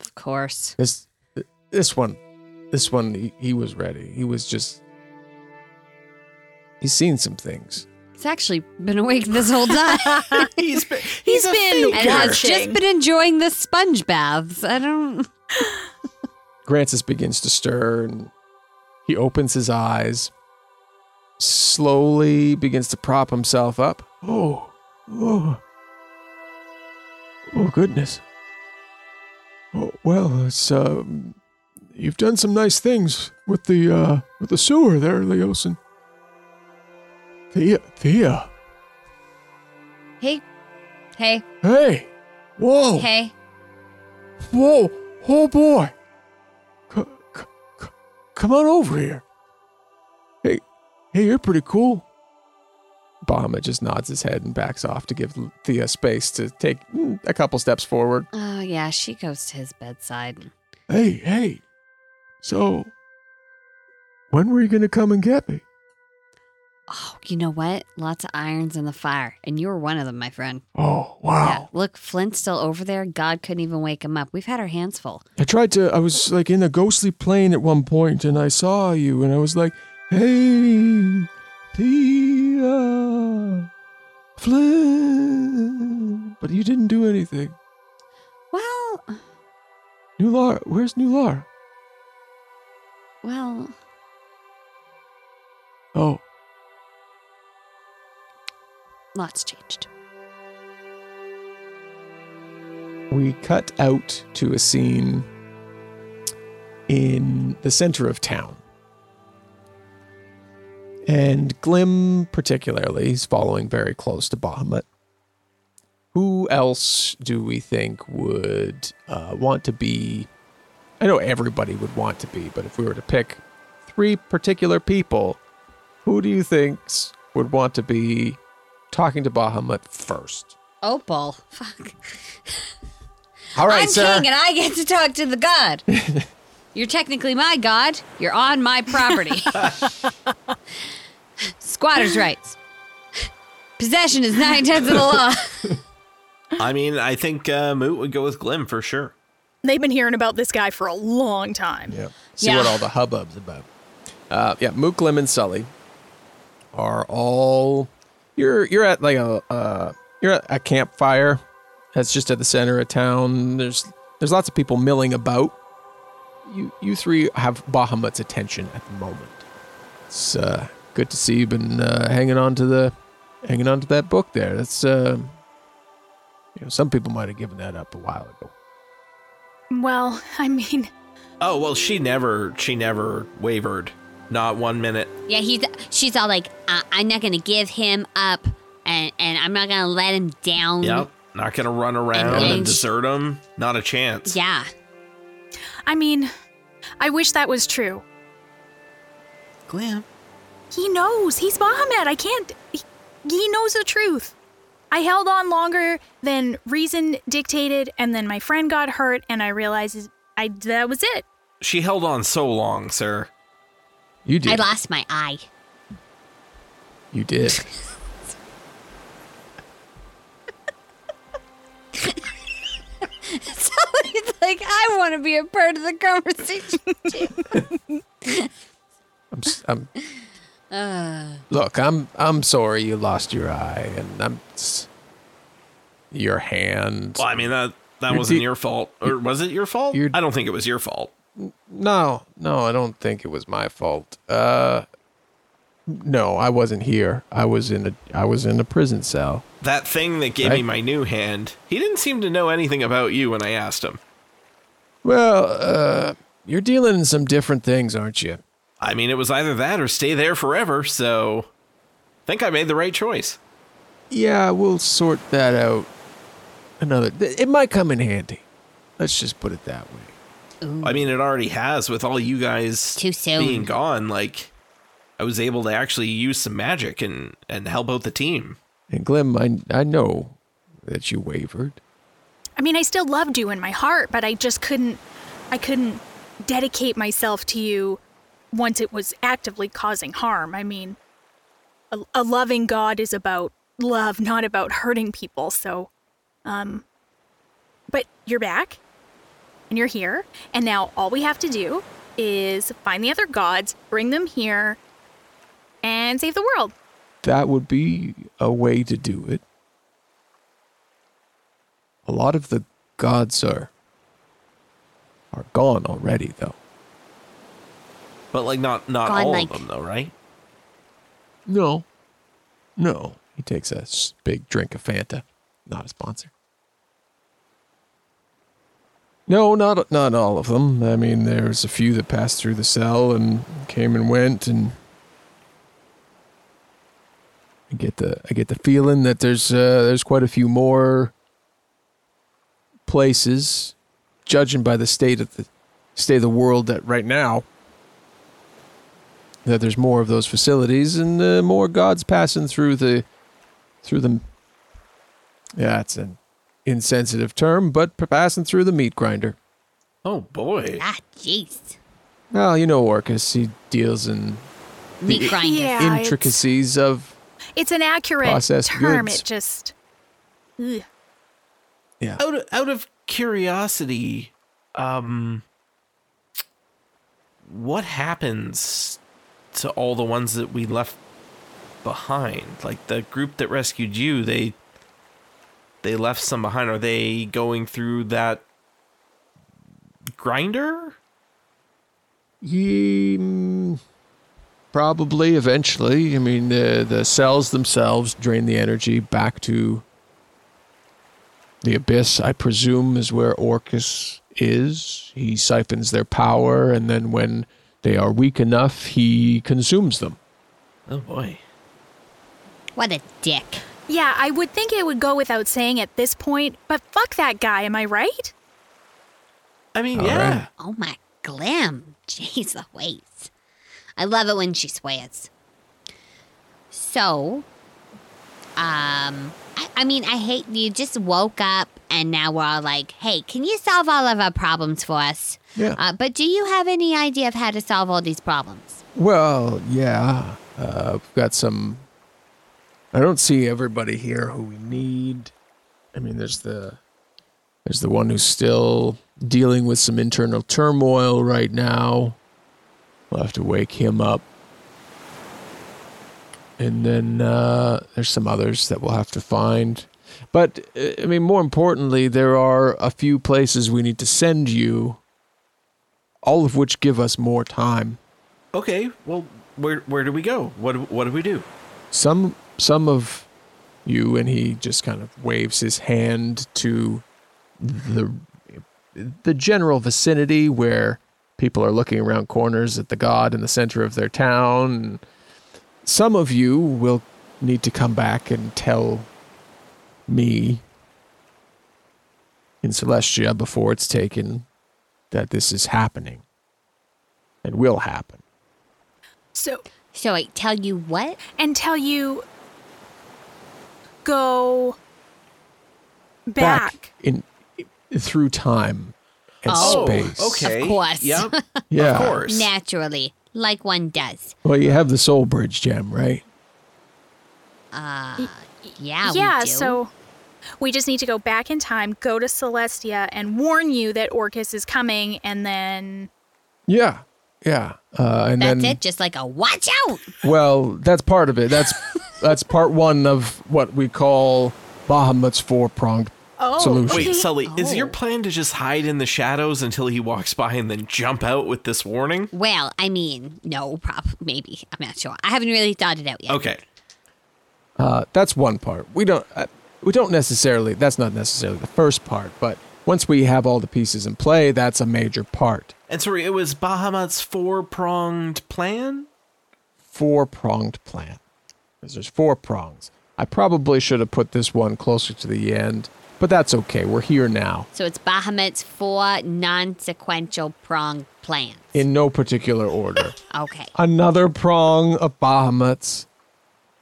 Speaker 5: Of course.
Speaker 4: This this one, this one, he, he was ready. He was just he's seen some things.
Speaker 5: It's actually been awake this whole <laughs> time.
Speaker 2: he's been,
Speaker 6: He's
Speaker 2: a
Speaker 6: been
Speaker 2: thinker.
Speaker 5: and has
Speaker 6: Watching.
Speaker 5: just been enjoying the sponge baths. I don't.
Speaker 4: Grancis begins to stir and he opens his eyes, slowly begins to prop himself up. Oh, oh, oh, goodness. Oh, well, it's, um,
Speaker 7: uh, You've done some nice things with the uh, with the sewer there, Leosin. Thea, Thea.
Speaker 5: Hey, hey,
Speaker 7: Hey, whoa,
Speaker 5: hey.
Speaker 7: whoa, oh boy. C- c- c- come on over here. Hey, hey, you're pretty cool.
Speaker 4: Bahama just nods his head and backs off to give Thea space to take mm, a couple steps forward.
Speaker 5: Oh, yeah, she goes to his bedside.
Speaker 7: Hey, hey. So, when were you gonna come and get me?
Speaker 5: Oh, you know what? Lots of irons in the fire. And you were one of them, my friend.
Speaker 7: Oh,
Speaker 5: Yeah.
Speaker 7: wow.
Speaker 5: Look, Flint's still over there. God couldn't even wake him up. We've had our hands full.
Speaker 7: I tried to. I was like in a ghostly plane at one point, and I saw you, and I was like, "Hey, Thea, Flynn," but you didn't do anything.
Speaker 5: Well,
Speaker 7: New Lara, where's New Lara?
Speaker 5: well,
Speaker 7: Oh,
Speaker 5: lots changed.
Speaker 4: We cut out to a scene in the center of town. And Glim, particularly, is following very close to Bahamut. Who else do we think would uh, want to be? I know everybody would want to be, but if we were to pick three particular people, who do you think would want to be talking to Bahamut first?
Speaker 5: Opal. Fuck.
Speaker 4: All right,
Speaker 5: I'm
Speaker 4: sir.
Speaker 5: king and I get to talk to
Speaker 4: <laughs>
Speaker 5: the god. You're technically my god. You're on my
Speaker 4: <laughs>
Speaker 5: property. Squatter's rights. Possession is nine tenths of the law.
Speaker 2: I mean, I think uh, Moot would go with Glim for sure.
Speaker 6: They've been hearing about this guy for a long time.
Speaker 4: Yeah. See
Speaker 5: Yeah.
Speaker 4: what all the hubbub's about. Uh, yeah, Mooklim and Sully are all. You're you're at like a uh, you're at a campfire that's just at the center of town. There's there's lots of people milling about. You you three have Bahamut's attention at the moment. It's uh, good to see you've been uh, hanging on to the hanging on to that book there. That's uh, you know some people might have given that up a while ago.
Speaker 6: Well, <laughs> I mean,
Speaker 2: Oh well, she never, she never wavered. Not one minute.
Speaker 5: <laughs> Yeah, he's she's all like, uh, I'm not gonna give him up, and and I'm not gonna let him down.
Speaker 2: Yep. Not gonna run around
Speaker 5: And-
Speaker 2: and,
Speaker 5: and-
Speaker 2: desert him. Not a chance.
Speaker 5: Yeah.
Speaker 6: I mean, I wish that was true.
Speaker 2: Glim.
Speaker 6: He knows. He's Bahamut. I can't. He, he knows the truth. I held on longer than reason dictated, and then my friend got hurt, and I realized I that was it.
Speaker 2: She held on so long, sir.
Speaker 4: You did.
Speaker 5: I lost my eye.
Speaker 4: you did.
Speaker 5: <laughs> So he's like, I want to be a part of the conversation.
Speaker 4: I'm, s- I'm look, I'm I'm sorry you lost your eye and I'm s- your hand.
Speaker 2: Well, I mean that that
Speaker 4: You're
Speaker 2: wasn't
Speaker 4: de-
Speaker 2: your fault, or was it your fault?
Speaker 4: You're-
Speaker 2: I don't think it was your fault.
Speaker 4: No, no, I don't think it was my fault. Uh, no, I wasn't here. I was in a I was in a prison cell.
Speaker 2: That thing that gave me
Speaker 4: Right.
Speaker 2: my new hand. He didn't seem to know anything about you when I asked him.
Speaker 4: Well, uh, you're dealing in some different things, aren't you?
Speaker 2: I mean, it was either that or stay there forever. So, I think I made the right choice.
Speaker 4: Yeah, we'll sort that out. Another, it might come in handy. Let's just put it that way.
Speaker 2: I mean, it already has with all you guys
Speaker 5: Too soon.
Speaker 2: being gone. Like, I was able to actually use some magic and and help out the team.
Speaker 4: And Glim, I I know that you wavered.
Speaker 6: I mean, I still loved you in my heart, but I just couldn't. I couldn't dedicate myself to you once it was actively causing harm. I mean, a, a loving God is about love, not about hurting people. So, um, but you're back and you're here. And now all we have to do is find the other gods, bring them here, and save the world.
Speaker 4: that would be a way to do it. A lot of the gods are are gone already, though.
Speaker 2: But like, not not all
Speaker 5: Godlike.
Speaker 2: of them though, right?
Speaker 4: No, no. He takes a s- big drink of Fanta, not a sponsor. No, not not all of them. I mean, there's a few that passed through the cell and came and went, and I get the I get the feeling that there's uh, there's quite a few more places, judging by the state of the state of the world that right now that there's more of those facilities and uh, more gods passing through the through the yeah, it's an insensitive term, but p- passing through the meat grinder.
Speaker 2: Oh boy.
Speaker 5: Ah, jeez.
Speaker 4: Well, you know Orcus, he deals in
Speaker 5: Meat grinder.
Speaker 6: Yeah. it's-
Speaker 4: intricacies of
Speaker 6: It's an accurate
Speaker 4: Processed
Speaker 6: term.
Speaker 4: goods.
Speaker 6: It just. Ugh.
Speaker 4: yeah.
Speaker 2: Out out of curiosity, um what happens to all the ones that we left behind? Like the group that rescued you, they they left some behind. Are they going through that grinder?
Speaker 4: Ye- mm, probably eventually. I mean, the the cells themselves drain the energy back to the abyss. I presume is where Orcus is. He siphons their power, and then when they are weak enough, he consumes them.
Speaker 2: Oh boy.
Speaker 5: What a dick.
Speaker 6: Yeah, I would think it would go without saying at this point, but fuck that guy, am I right?
Speaker 2: I mean,
Speaker 4: All
Speaker 2: yeah.
Speaker 4: right.
Speaker 5: Oh my glam. <laughs> Jeez Louise. I love it when she swears. So, um, I, I mean, I hate you just woke up and now we're all like, hey, can you solve all of our problems for us?
Speaker 4: Yeah.
Speaker 5: Uh, but do you have any idea of how to solve all these problems?
Speaker 4: Well, yeah. Uh, we've got some. I don't see everybody here who we need. I mean, there's the there's the one who's still dealing with some internal turmoil right now. We'll have to wake him up. And then uh, there's some others that we'll have to find. But uh, I mean, more importantly, there are a few places we need to send you. All of which give us more time.
Speaker 2: Okay, well, where where do we go? What do- what do we do?
Speaker 4: some some of you and he just kind of waves his hand to the the general vicinity where people are looking around corners at the god in the center of their town some of you will need to come back and tell me in celestia before it's taken that this is happening and will happen
Speaker 6: So,
Speaker 5: So I tell you what?
Speaker 6: and tell you. Go. Back.
Speaker 4: back, in through time and
Speaker 5: Oh,
Speaker 4: space.
Speaker 2: okay.
Speaker 5: Of course.
Speaker 2: Yep.
Speaker 4: <laughs> Yeah.
Speaker 2: Of course.
Speaker 5: Naturally, like one does.
Speaker 4: Well, you have the Soul Bridge gem, right?
Speaker 5: Yeah, we
Speaker 6: yeah,
Speaker 5: do.
Speaker 6: so we just need to go back in time, go to Celestia, and warn you that Orcus is coming, and then.
Speaker 4: Yeah. Yeah. Uh, and
Speaker 5: That's
Speaker 4: then
Speaker 5: it, just like a watch out.
Speaker 4: well, that's part of it.
Speaker 5: <laughs>
Speaker 4: That's that's part one of what we call Bahamut's four pronged
Speaker 6: Oh, <laughs>
Speaker 4: solution.
Speaker 2: Wait, Sully, is
Speaker 5: Oh.
Speaker 2: your plan to just hide in the shadows until he walks by and then jump out with this warning?
Speaker 5: Well, I mean, no, prob maybe. I'm not sure. I haven't really thought it out yet.
Speaker 2: Okay.
Speaker 4: Uh, that's one part. We don't uh, we don't necessarily. That's not necessarily the first part, but once we have all the pieces in play, that's a major part.
Speaker 2: And sorry, it was Bahamut's four pronged plan?
Speaker 4: four pronged plan. 'Cause there's four prongs. I probably should have put this one closer to the end, but that's okay. We're here now
Speaker 5: So it's Bahamut's four non sequential prong plans.
Speaker 4: in no particular order. <laughs>
Speaker 5: okay.
Speaker 4: Another prong of Bahamut's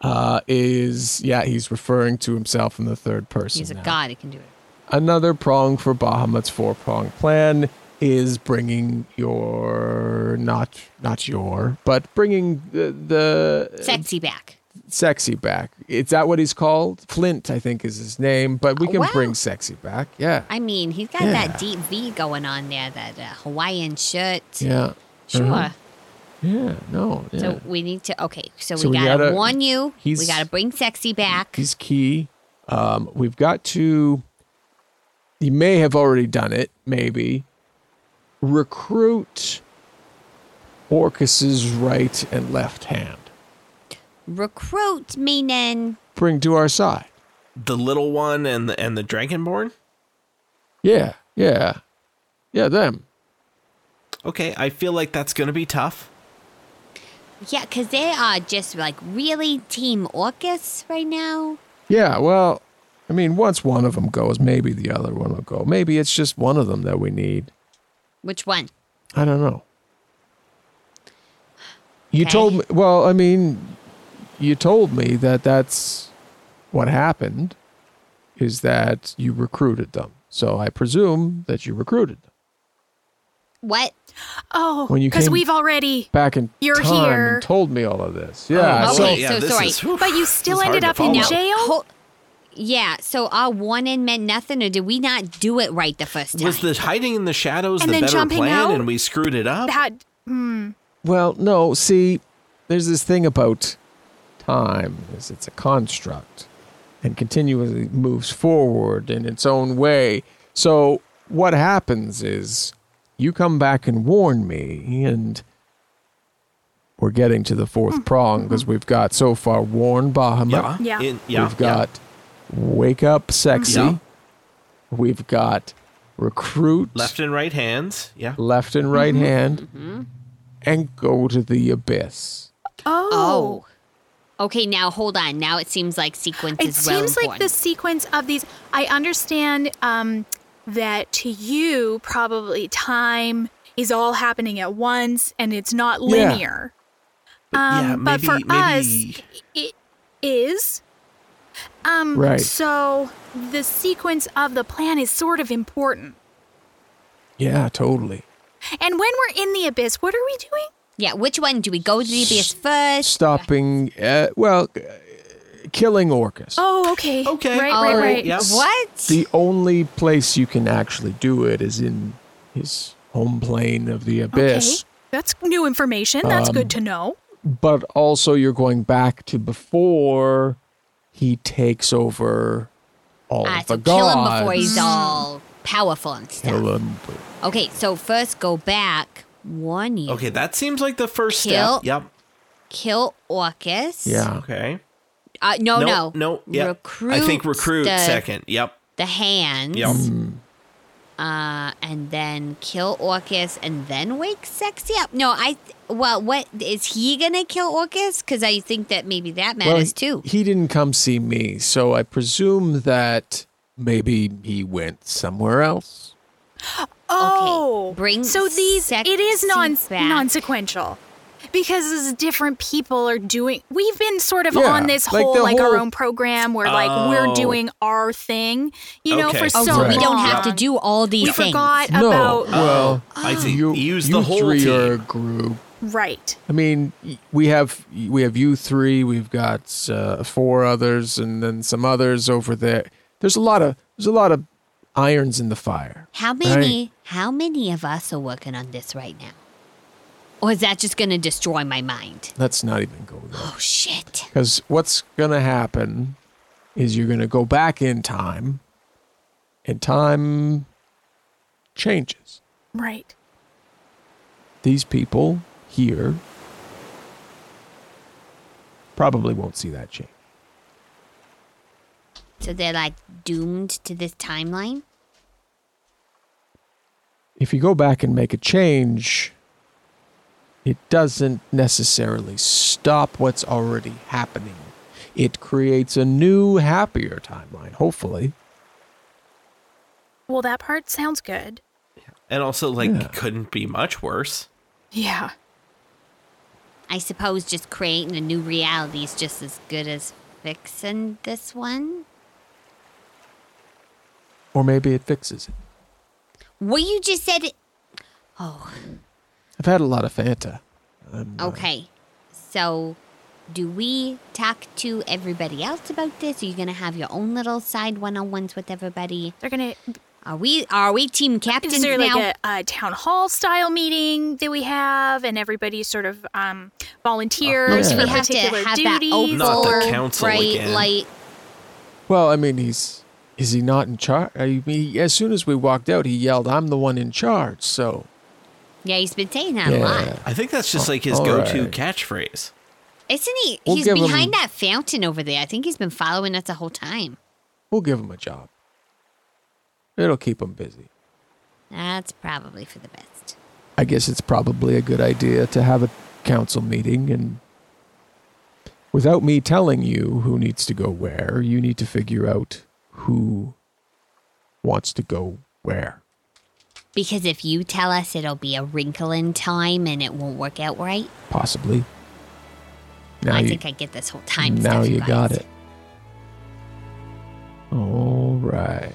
Speaker 4: uh, is, yeah, he's referring to himself in the third person.
Speaker 5: He's a
Speaker 4: now.
Speaker 5: god. He can do it.
Speaker 4: Another prong for Bahamut's four prong plan is bringing your, not not your, but bringing the, the
Speaker 5: Sexy back.
Speaker 4: Sexy back. Is that what he's called? Flint, I think, is his name, but we
Speaker 5: Oh,
Speaker 4: can
Speaker 5: wow.
Speaker 4: bring Sexy back. Yeah.
Speaker 5: I mean, he's got
Speaker 4: Yeah.
Speaker 5: that deep V going on there, that uh, Hawaiian shirt.
Speaker 4: yeah.
Speaker 5: Sure.
Speaker 4: Mhm. Yeah. No. Yeah.
Speaker 5: So we need to. Okay. So,
Speaker 4: So
Speaker 5: we,
Speaker 4: we
Speaker 5: gotta,
Speaker 4: gotta-
Speaker 5: warn you.
Speaker 4: he's-
Speaker 5: we gotta bring sexy back.
Speaker 4: he's key. Um, we've got to. You may have already done it, maybe. Recruit Orcus's right and left hand.
Speaker 5: Recruit meaning.
Speaker 4: Bring to our side.
Speaker 2: The little one and the and the dragonborn?
Speaker 4: Yeah. Yeah. Yeah, them.
Speaker 2: Okay, I feel like that's going to be tough.
Speaker 5: Yeah, because they are just like really Team Orcus right now.
Speaker 4: Yeah, well, I mean, once one of them goes, maybe the other one will go. Maybe it's just one of them that we need.
Speaker 5: Which one?
Speaker 4: I don't know. You
Speaker 5: Okay.
Speaker 4: told me, well, I mean, you told me that that's what happened is that you recruited them. So I presume that you recruited them
Speaker 5: What?
Speaker 6: Oh,
Speaker 4: When you
Speaker 6: because
Speaker 4: came-
Speaker 6: we've already.
Speaker 4: back in
Speaker 6: You're
Speaker 4: time
Speaker 6: here.
Speaker 4: and told me all of this. Yeah.
Speaker 5: Oh,
Speaker 4: so,
Speaker 5: okay. so sorry.
Speaker 2: whew,
Speaker 6: But you
Speaker 2: this
Speaker 6: still
Speaker 2: is hard
Speaker 6: ended
Speaker 2: to
Speaker 6: up in
Speaker 2: follow.
Speaker 6: jail.
Speaker 5: Ho- yeah, so our warning meant nothing, or did we not do it right the first time?
Speaker 2: Was the hiding in the shadows
Speaker 6: And
Speaker 2: the
Speaker 6: then
Speaker 2: better
Speaker 6: jumping
Speaker 2: plan
Speaker 6: out?
Speaker 2: and we screwed it up?
Speaker 6: That. Hmm.
Speaker 4: well, no, see, there's this thing about time is it's a construct and continually moves forward in its own way. So what happens is you come back and warn me and we're getting to the fourth prong because we've got so far warn Bahamut.
Speaker 2: yeah.
Speaker 6: Yeah.
Speaker 2: In- yeah. Mm-hmm.
Speaker 4: We've got Wake Up Sexy.
Speaker 2: Yeah.
Speaker 4: We've got Recruit
Speaker 2: left and right hands. Yeah.
Speaker 4: left and right
Speaker 5: Mm-hmm.
Speaker 4: hand and go to the abyss.
Speaker 6: Oh.
Speaker 5: Oh. Okay, now hold on. Now it seems like sequence
Speaker 6: It
Speaker 5: is well
Speaker 6: seems like
Speaker 5: important.
Speaker 6: the sequence of these. I understand um, that to you, probably time is all happening at once and it's not linear. Um,
Speaker 2: yeah,
Speaker 6: but for
Speaker 2: maybe-
Speaker 6: us,
Speaker 2: maybe-
Speaker 6: it is.
Speaker 5: Mm-hmm.
Speaker 6: Um,
Speaker 4: Right.
Speaker 6: So the sequence of the plan is sort of important.
Speaker 4: Yeah, totally.
Speaker 6: And when we're in the abyss, what are we doing?
Speaker 5: yeah, which one? Do we go to the abyss first?
Speaker 4: Stopping, uh, well, uh, killing Orcus.
Speaker 6: Oh, okay.
Speaker 2: Okay.
Speaker 6: Right,
Speaker 5: Oh,
Speaker 6: right, right.
Speaker 2: yeah.
Speaker 5: What?
Speaker 4: The only place you can actually do it is in his home plane of the abyss.
Speaker 6: Okay. That's new information. That's good to know.
Speaker 4: But also, you're going back to before he takes over
Speaker 2: Oh,
Speaker 4: all
Speaker 5: Ah,
Speaker 4: of
Speaker 5: so
Speaker 4: the
Speaker 5: kill him
Speaker 4: gods.
Speaker 5: before he's all powerful and stuff.
Speaker 4: Kill him.
Speaker 5: Okay, so first go back one year.
Speaker 2: Okay, that seems like the first
Speaker 5: Kill.
Speaker 2: step. Yep.
Speaker 5: Kill Orcus.
Speaker 4: Yeah.
Speaker 2: Okay.
Speaker 5: Uh, no, no.
Speaker 2: no. No. Yep.
Speaker 5: Recruit.
Speaker 2: I think recruit
Speaker 5: the,
Speaker 2: second. Yep.
Speaker 5: The hands.
Speaker 2: Yep.
Speaker 4: Mm.
Speaker 5: Uh, and then kill Orcus and then wake Sexy up. No, I. Well, what is he gonna kill Orcus? Because I think that maybe that matters too.
Speaker 4: He didn't come see me, so I presume that maybe he went somewhere else.
Speaker 6: Oh,
Speaker 5: bring
Speaker 6: so these it is
Speaker 5: sexy
Speaker 6: non
Speaker 5: back.
Speaker 6: non sequential because this is different people are doing. We've been sort of
Speaker 4: Yeah,
Speaker 6: on this
Speaker 4: like
Speaker 6: whole
Speaker 4: the
Speaker 6: like our
Speaker 4: whole-
Speaker 6: own program where like we're
Speaker 2: Oh.
Speaker 6: doing our thing, you know,
Speaker 2: Okay.
Speaker 6: for
Speaker 2: Oh,
Speaker 6: so
Speaker 4: Right.
Speaker 5: we don't have to
Speaker 6: long.
Speaker 5: do all these
Speaker 6: We
Speaker 5: things.
Speaker 6: forgot
Speaker 4: no, Uh.
Speaker 6: about
Speaker 4: well,
Speaker 2: Oh, I see.
Speaker 4: you
Speaker 2: Use
Speaker 4: you
Speaker 2: the whole
Speaker 4: three
Speaker 2: team.
Speaker 4: are a group.
Speaker 6: right.
Speaker 4: I mean, y- we have we have you three. We've got uh, four others, and then some others over there. There's a lot of there's a lot of irons in the fire.
Speaker 5: How many? How many of us are working on this right now? Or is that just gonna destroy my mind?
Speaker 4: Let's not even go there.
Speaker 5: Oh shit!
Speaker 4: Because what's going to happen is you're going to go back in time, and time changes.
Speaker 6: Right.
Speaker 4: These people here probably won't see that change.
Speaker 5: So they're like doomed to this timeline.
Speaker 4: If you go back and make a change, it doesn't necessarily stop what's already happening. It creates a new, happier timeline, hopefully.
Speaker 6: Well, that part sounds good.
Speaker 2: And also, like,
Speaker 4: Yeah.
Speaker 2: couldn't be much worse.
Speaker 6: Yeah.
Speaker 5: I suppose just creating a new reality is just as good as fixing this one.
Speaker 4: Or maybe it fixes it.
Speaker 5: What you just said. it- Oh,
Speaker 4: I've had a lot of Fanta. I'm, uh,
Speaker 5: okay. So, do we talk to everybody else about this? Are you gonna have your own little side one-on-ones with everybody?
Speaker 6: They're gonna.
Speaker 5: Are we? Are we team captains
Speaker 6: Is there
Speaker 5: now?
Speaker 6: like a, a town hall style meeting that we have, and everybody sort of um,
Speaker 4: Oh,
Speaker 6: volunteers
Speaker 4: yeah.
Speaker 6: for
Speaker 5: we have to
Speaker 6: particular
Speaker 5: have that
Speaker 6: duties?
Speaker 5: open,
Speaker 2: Not the council
Speaker 5: right?
Speaker 2: again.
Speaker 5: Like,
Speaker 4: Well, I mean, he's is he not in charge? I mean, he- as soon as we walked out, he yelled, "I'm the one in charge." So,
Speaker 5: yeah, he's been saying that a lot,
Speaker 4: yeah,
Speaker 2: I think that's just
Speaker 4: Oh,
Speaker 2: like his
Speaker 4: all
Speaker 2: go to
Speaker 4: right.
Speaker 2: catchphrase.
Speaker 5: isn't he?
Speaker 4: We'll
Speaker 5: he's
Speaker 4: give him-
Speaker 5: behind that fountain over there. I think he's been following us the whole time.
Speaker 4: we'll give him a job. It'll keep him busy.
Speaker 5: That's probably for the best.
Speaker 4: I guess it's probably a good idea to have a council meeting and without me telling you who needs to go where, you need to figure out who wants to go where.
Speaker 5: Because if you tell us, it'll be a wrinkle in time and it won't work out right.
Speaker 4: Possibly. Now
Speaker 5: I
Speaker 4: you,
Speaker 5: think I get this whole time
Speaker 4: now
Speaker 5: stuff,
Speaker 4: you
Speaker 5: guys.
Speaker 4: got it. All right.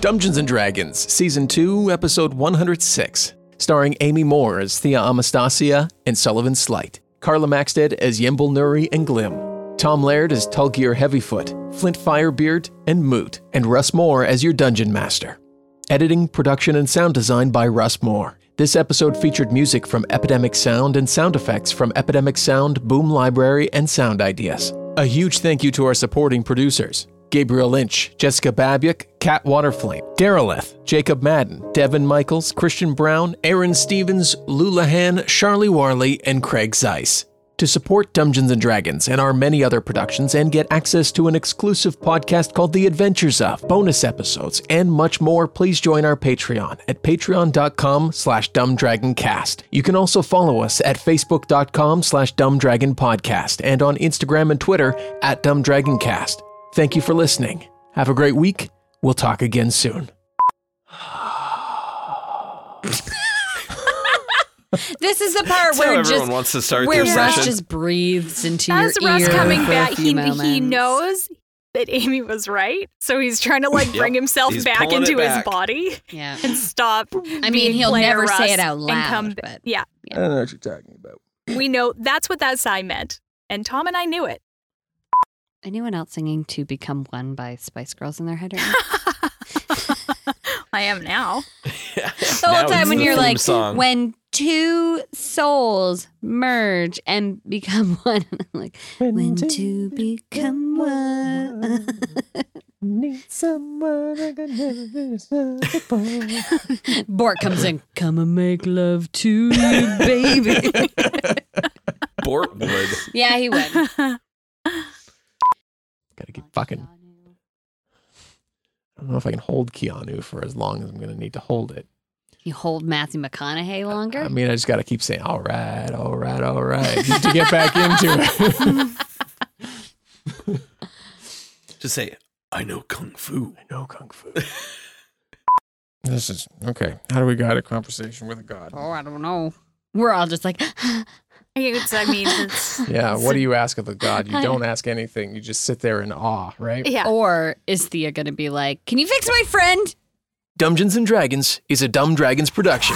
Speaker 4: Dungeons and Dragons, Season 2, Episode 106, starring Amy Moore as Thea Amastasia and Sullivan Slight, Carla Maxted as Yembel Nuri and Glim, Tom Laird as Tulgir Heavyfoot, Flint Firebeard and Moot, and Russ Moore as your Dungeon Master. Editing, production, and sound design by Russ Moore. This episode featured music from Epidemic Sound and sound effects from Epidemic Sound, Boom Library, and Sound Ideas. A huge thank you to our supporting producers Gabriel Lynch, Jessica Babiak, Kat Waterflame, Daryleth, Jacob Madden, Devin Michaels, Christian Brown, Aaron Stevens, Lulahan, Charlie Warley, and Craig Zeiss. To support Dungeons and Dragons and our many other productions and get access to an exclusive podcast called The Adventures of, bonus episodes, and much more, please join our Patreon at patreon.com slash dumbdragoncast. You can also follow us at facebook.com slash dumbdragonpodcast and on Instagram and Twitter at dumbdragoncast. Thank you for listening. Have a great week. We'll talk again soon.
Speaker 5: This is the part
Speaker 2: That's how
Speaker 5: where
Speaker 2: everyone
Speaker 5: just
Speaker 2: wants to start
Speaker 5: where
Speaker 2: their
Speaker 5: Russ
Speaker 2: session.
Speaker 5: just breathes into
Speaker 6: As
Speaker 5: your
Speaker 6: Russ
Speaker 5: ear
Speaker 6: coming
Speaker 5: for a
Speaker 6: back,
Speaker 5: few
Speaker 6: he, he
Speaker 5: moments.
Speaker 6: knows that Amy was right, so he's trying to
Speaker 2: <laughs>
Speaker 6: like
Speaker 2: Yep.
Speaker 6: bring himself
Speaker 2: He's
Speaker 6: back
Speaker 2: pulling it
Speaker 6: into his
Speaker 2: back.
Speaker 6: body
Speaker 5: Yeah.
Speaker 6: and stop.
Speaker 5: I mean, he'll never say it out loud,
Speaker 6: And come, ba-
Speaker 5: but-
Speaker 6: yeah,
Speaker 4: I don't know what you're talking about.
Speaker 6: we know that's what that sign meant, and Tom and I knew it.
Speaker 5: Anyone else singing "To Become One" by Spice Girls in their head? Right now?
Speaker 6: I am now.
Speaker 5: the
Speaker 2: Now
Speaker 5: whole time
Speaker 2: it's
Speaker 5: when
Speaker 2: the
Speaker 5: you're
Speaker 2: theme
Speaker 5: like,
Speaker 2: song.
Speaker 5: when two souls merge and become <laughs> one, I'm like when, two become one. <laughs>
Speaker 4: Need someone I could never be
Speaker 5: Bork comes in, come and make love to you, baby.
Speaker 2: Bortwood.
Speaker 5: <laughs> yeah, he would.
Speaker 4: Gotta get fucking. I don't know if I can hold Keanu for as long as I'm gonna need to hold it.
Speaker 5: You hold Matthew McConaughey longer.
Speaker 4: I mean, I just gotta keep saying, all right, all right, all right, to get back into <laughs> it.
Speaker 2: Just say, I know kung fu.
Speaker 4: no kung fu. <laughs> This is okay. How do we guide a conversation with a god?
Speaker 5: oh, I don't know. We're all just like,
Speaker 6: I guess, I
Speaker 5: <laughs>
Speaker 6: mean, it's,
Speaker 4: Yeah, what do you ask of a god? You don't ask anything. You just sit there in awe, right?
Speaker 6: yeah.
Speaker 8: Oh,
Speaker 5: or is Thea gonna be like, can you fix my friend?
Speaker 4: Dungeons and Dragons is a Dumb Dragons production.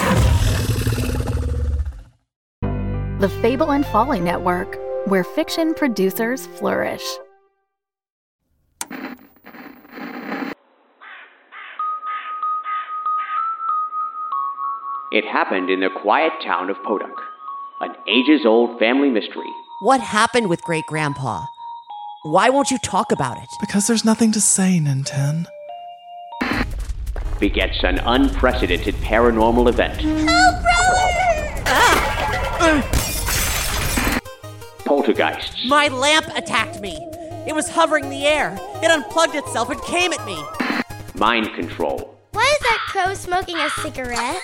Speaker 8: The Fable and Folly Network, where fiction producers flourish.
Speaker 9: It happened in the quiet town of Podunk, an ages old family mystery.
Speaker 3: What happened with great grandpa? Why won't you talk about it?
Speaker 1: Because there's nothing to say, Nintendo.
Speaker 9: Begets an unprecedented paranormal event. Poltergeists,
Speaker 3: My lamp attacked me. It was hovering in the air. It unplugged itself and came at me.
Speaker 9: mind control,
Speaker 10: Why is that crow smoking a cigarette?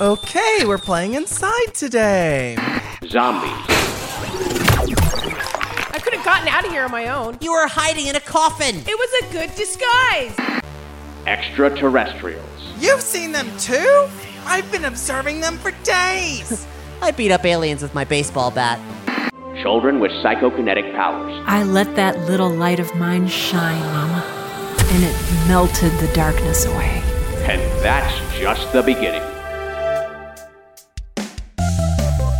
Speaker 1: Okay, we're playing inside today.
Speaker 9: zombies,
Speaker 11: I could have gotten out of here on my own.
Speaker 3: You were hiding in a coffin.
Speaker 11: It was a good disguise.
Speaker 9: extraterrestrials,
Speaker 1: You've seen them too? I've been observing them for days.
Speaker 3: I beat up aliens with my baseball bat.
Speaker 9: children with psychokinetic powers,
Speaker 11: I let that little light of mine shine, Mama, and it melted the darkness away.
Speaker 9: and that's just the beginning.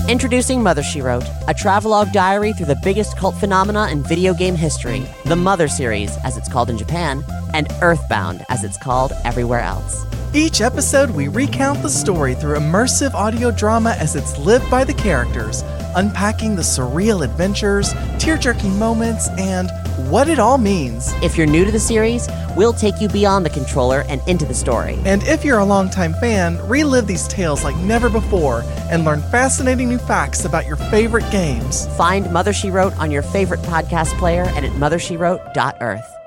Speaker 3: Introducing Mother She Wrote, a travelogue diary through the biggest cult phenomena in video game history, the Mother series, as it's called in Japan, and Earthbound, as it's called everywhere else. Each episode, we recount the story through immersive audio drama as it's lived by the characters, unpacking the surreal adventures, tear jerking moments, and what it all means.
Speaker 12: If you're new to the series, we'll take you beyond the controller and into the story.
Speaker 3: And if you're a longtime fan, relive these tales like never before and learn fascinating new facts about your favorite games.
Speaker 12: Find Mother She Wrote on your favorite podcast player and at mothershewrote.earth.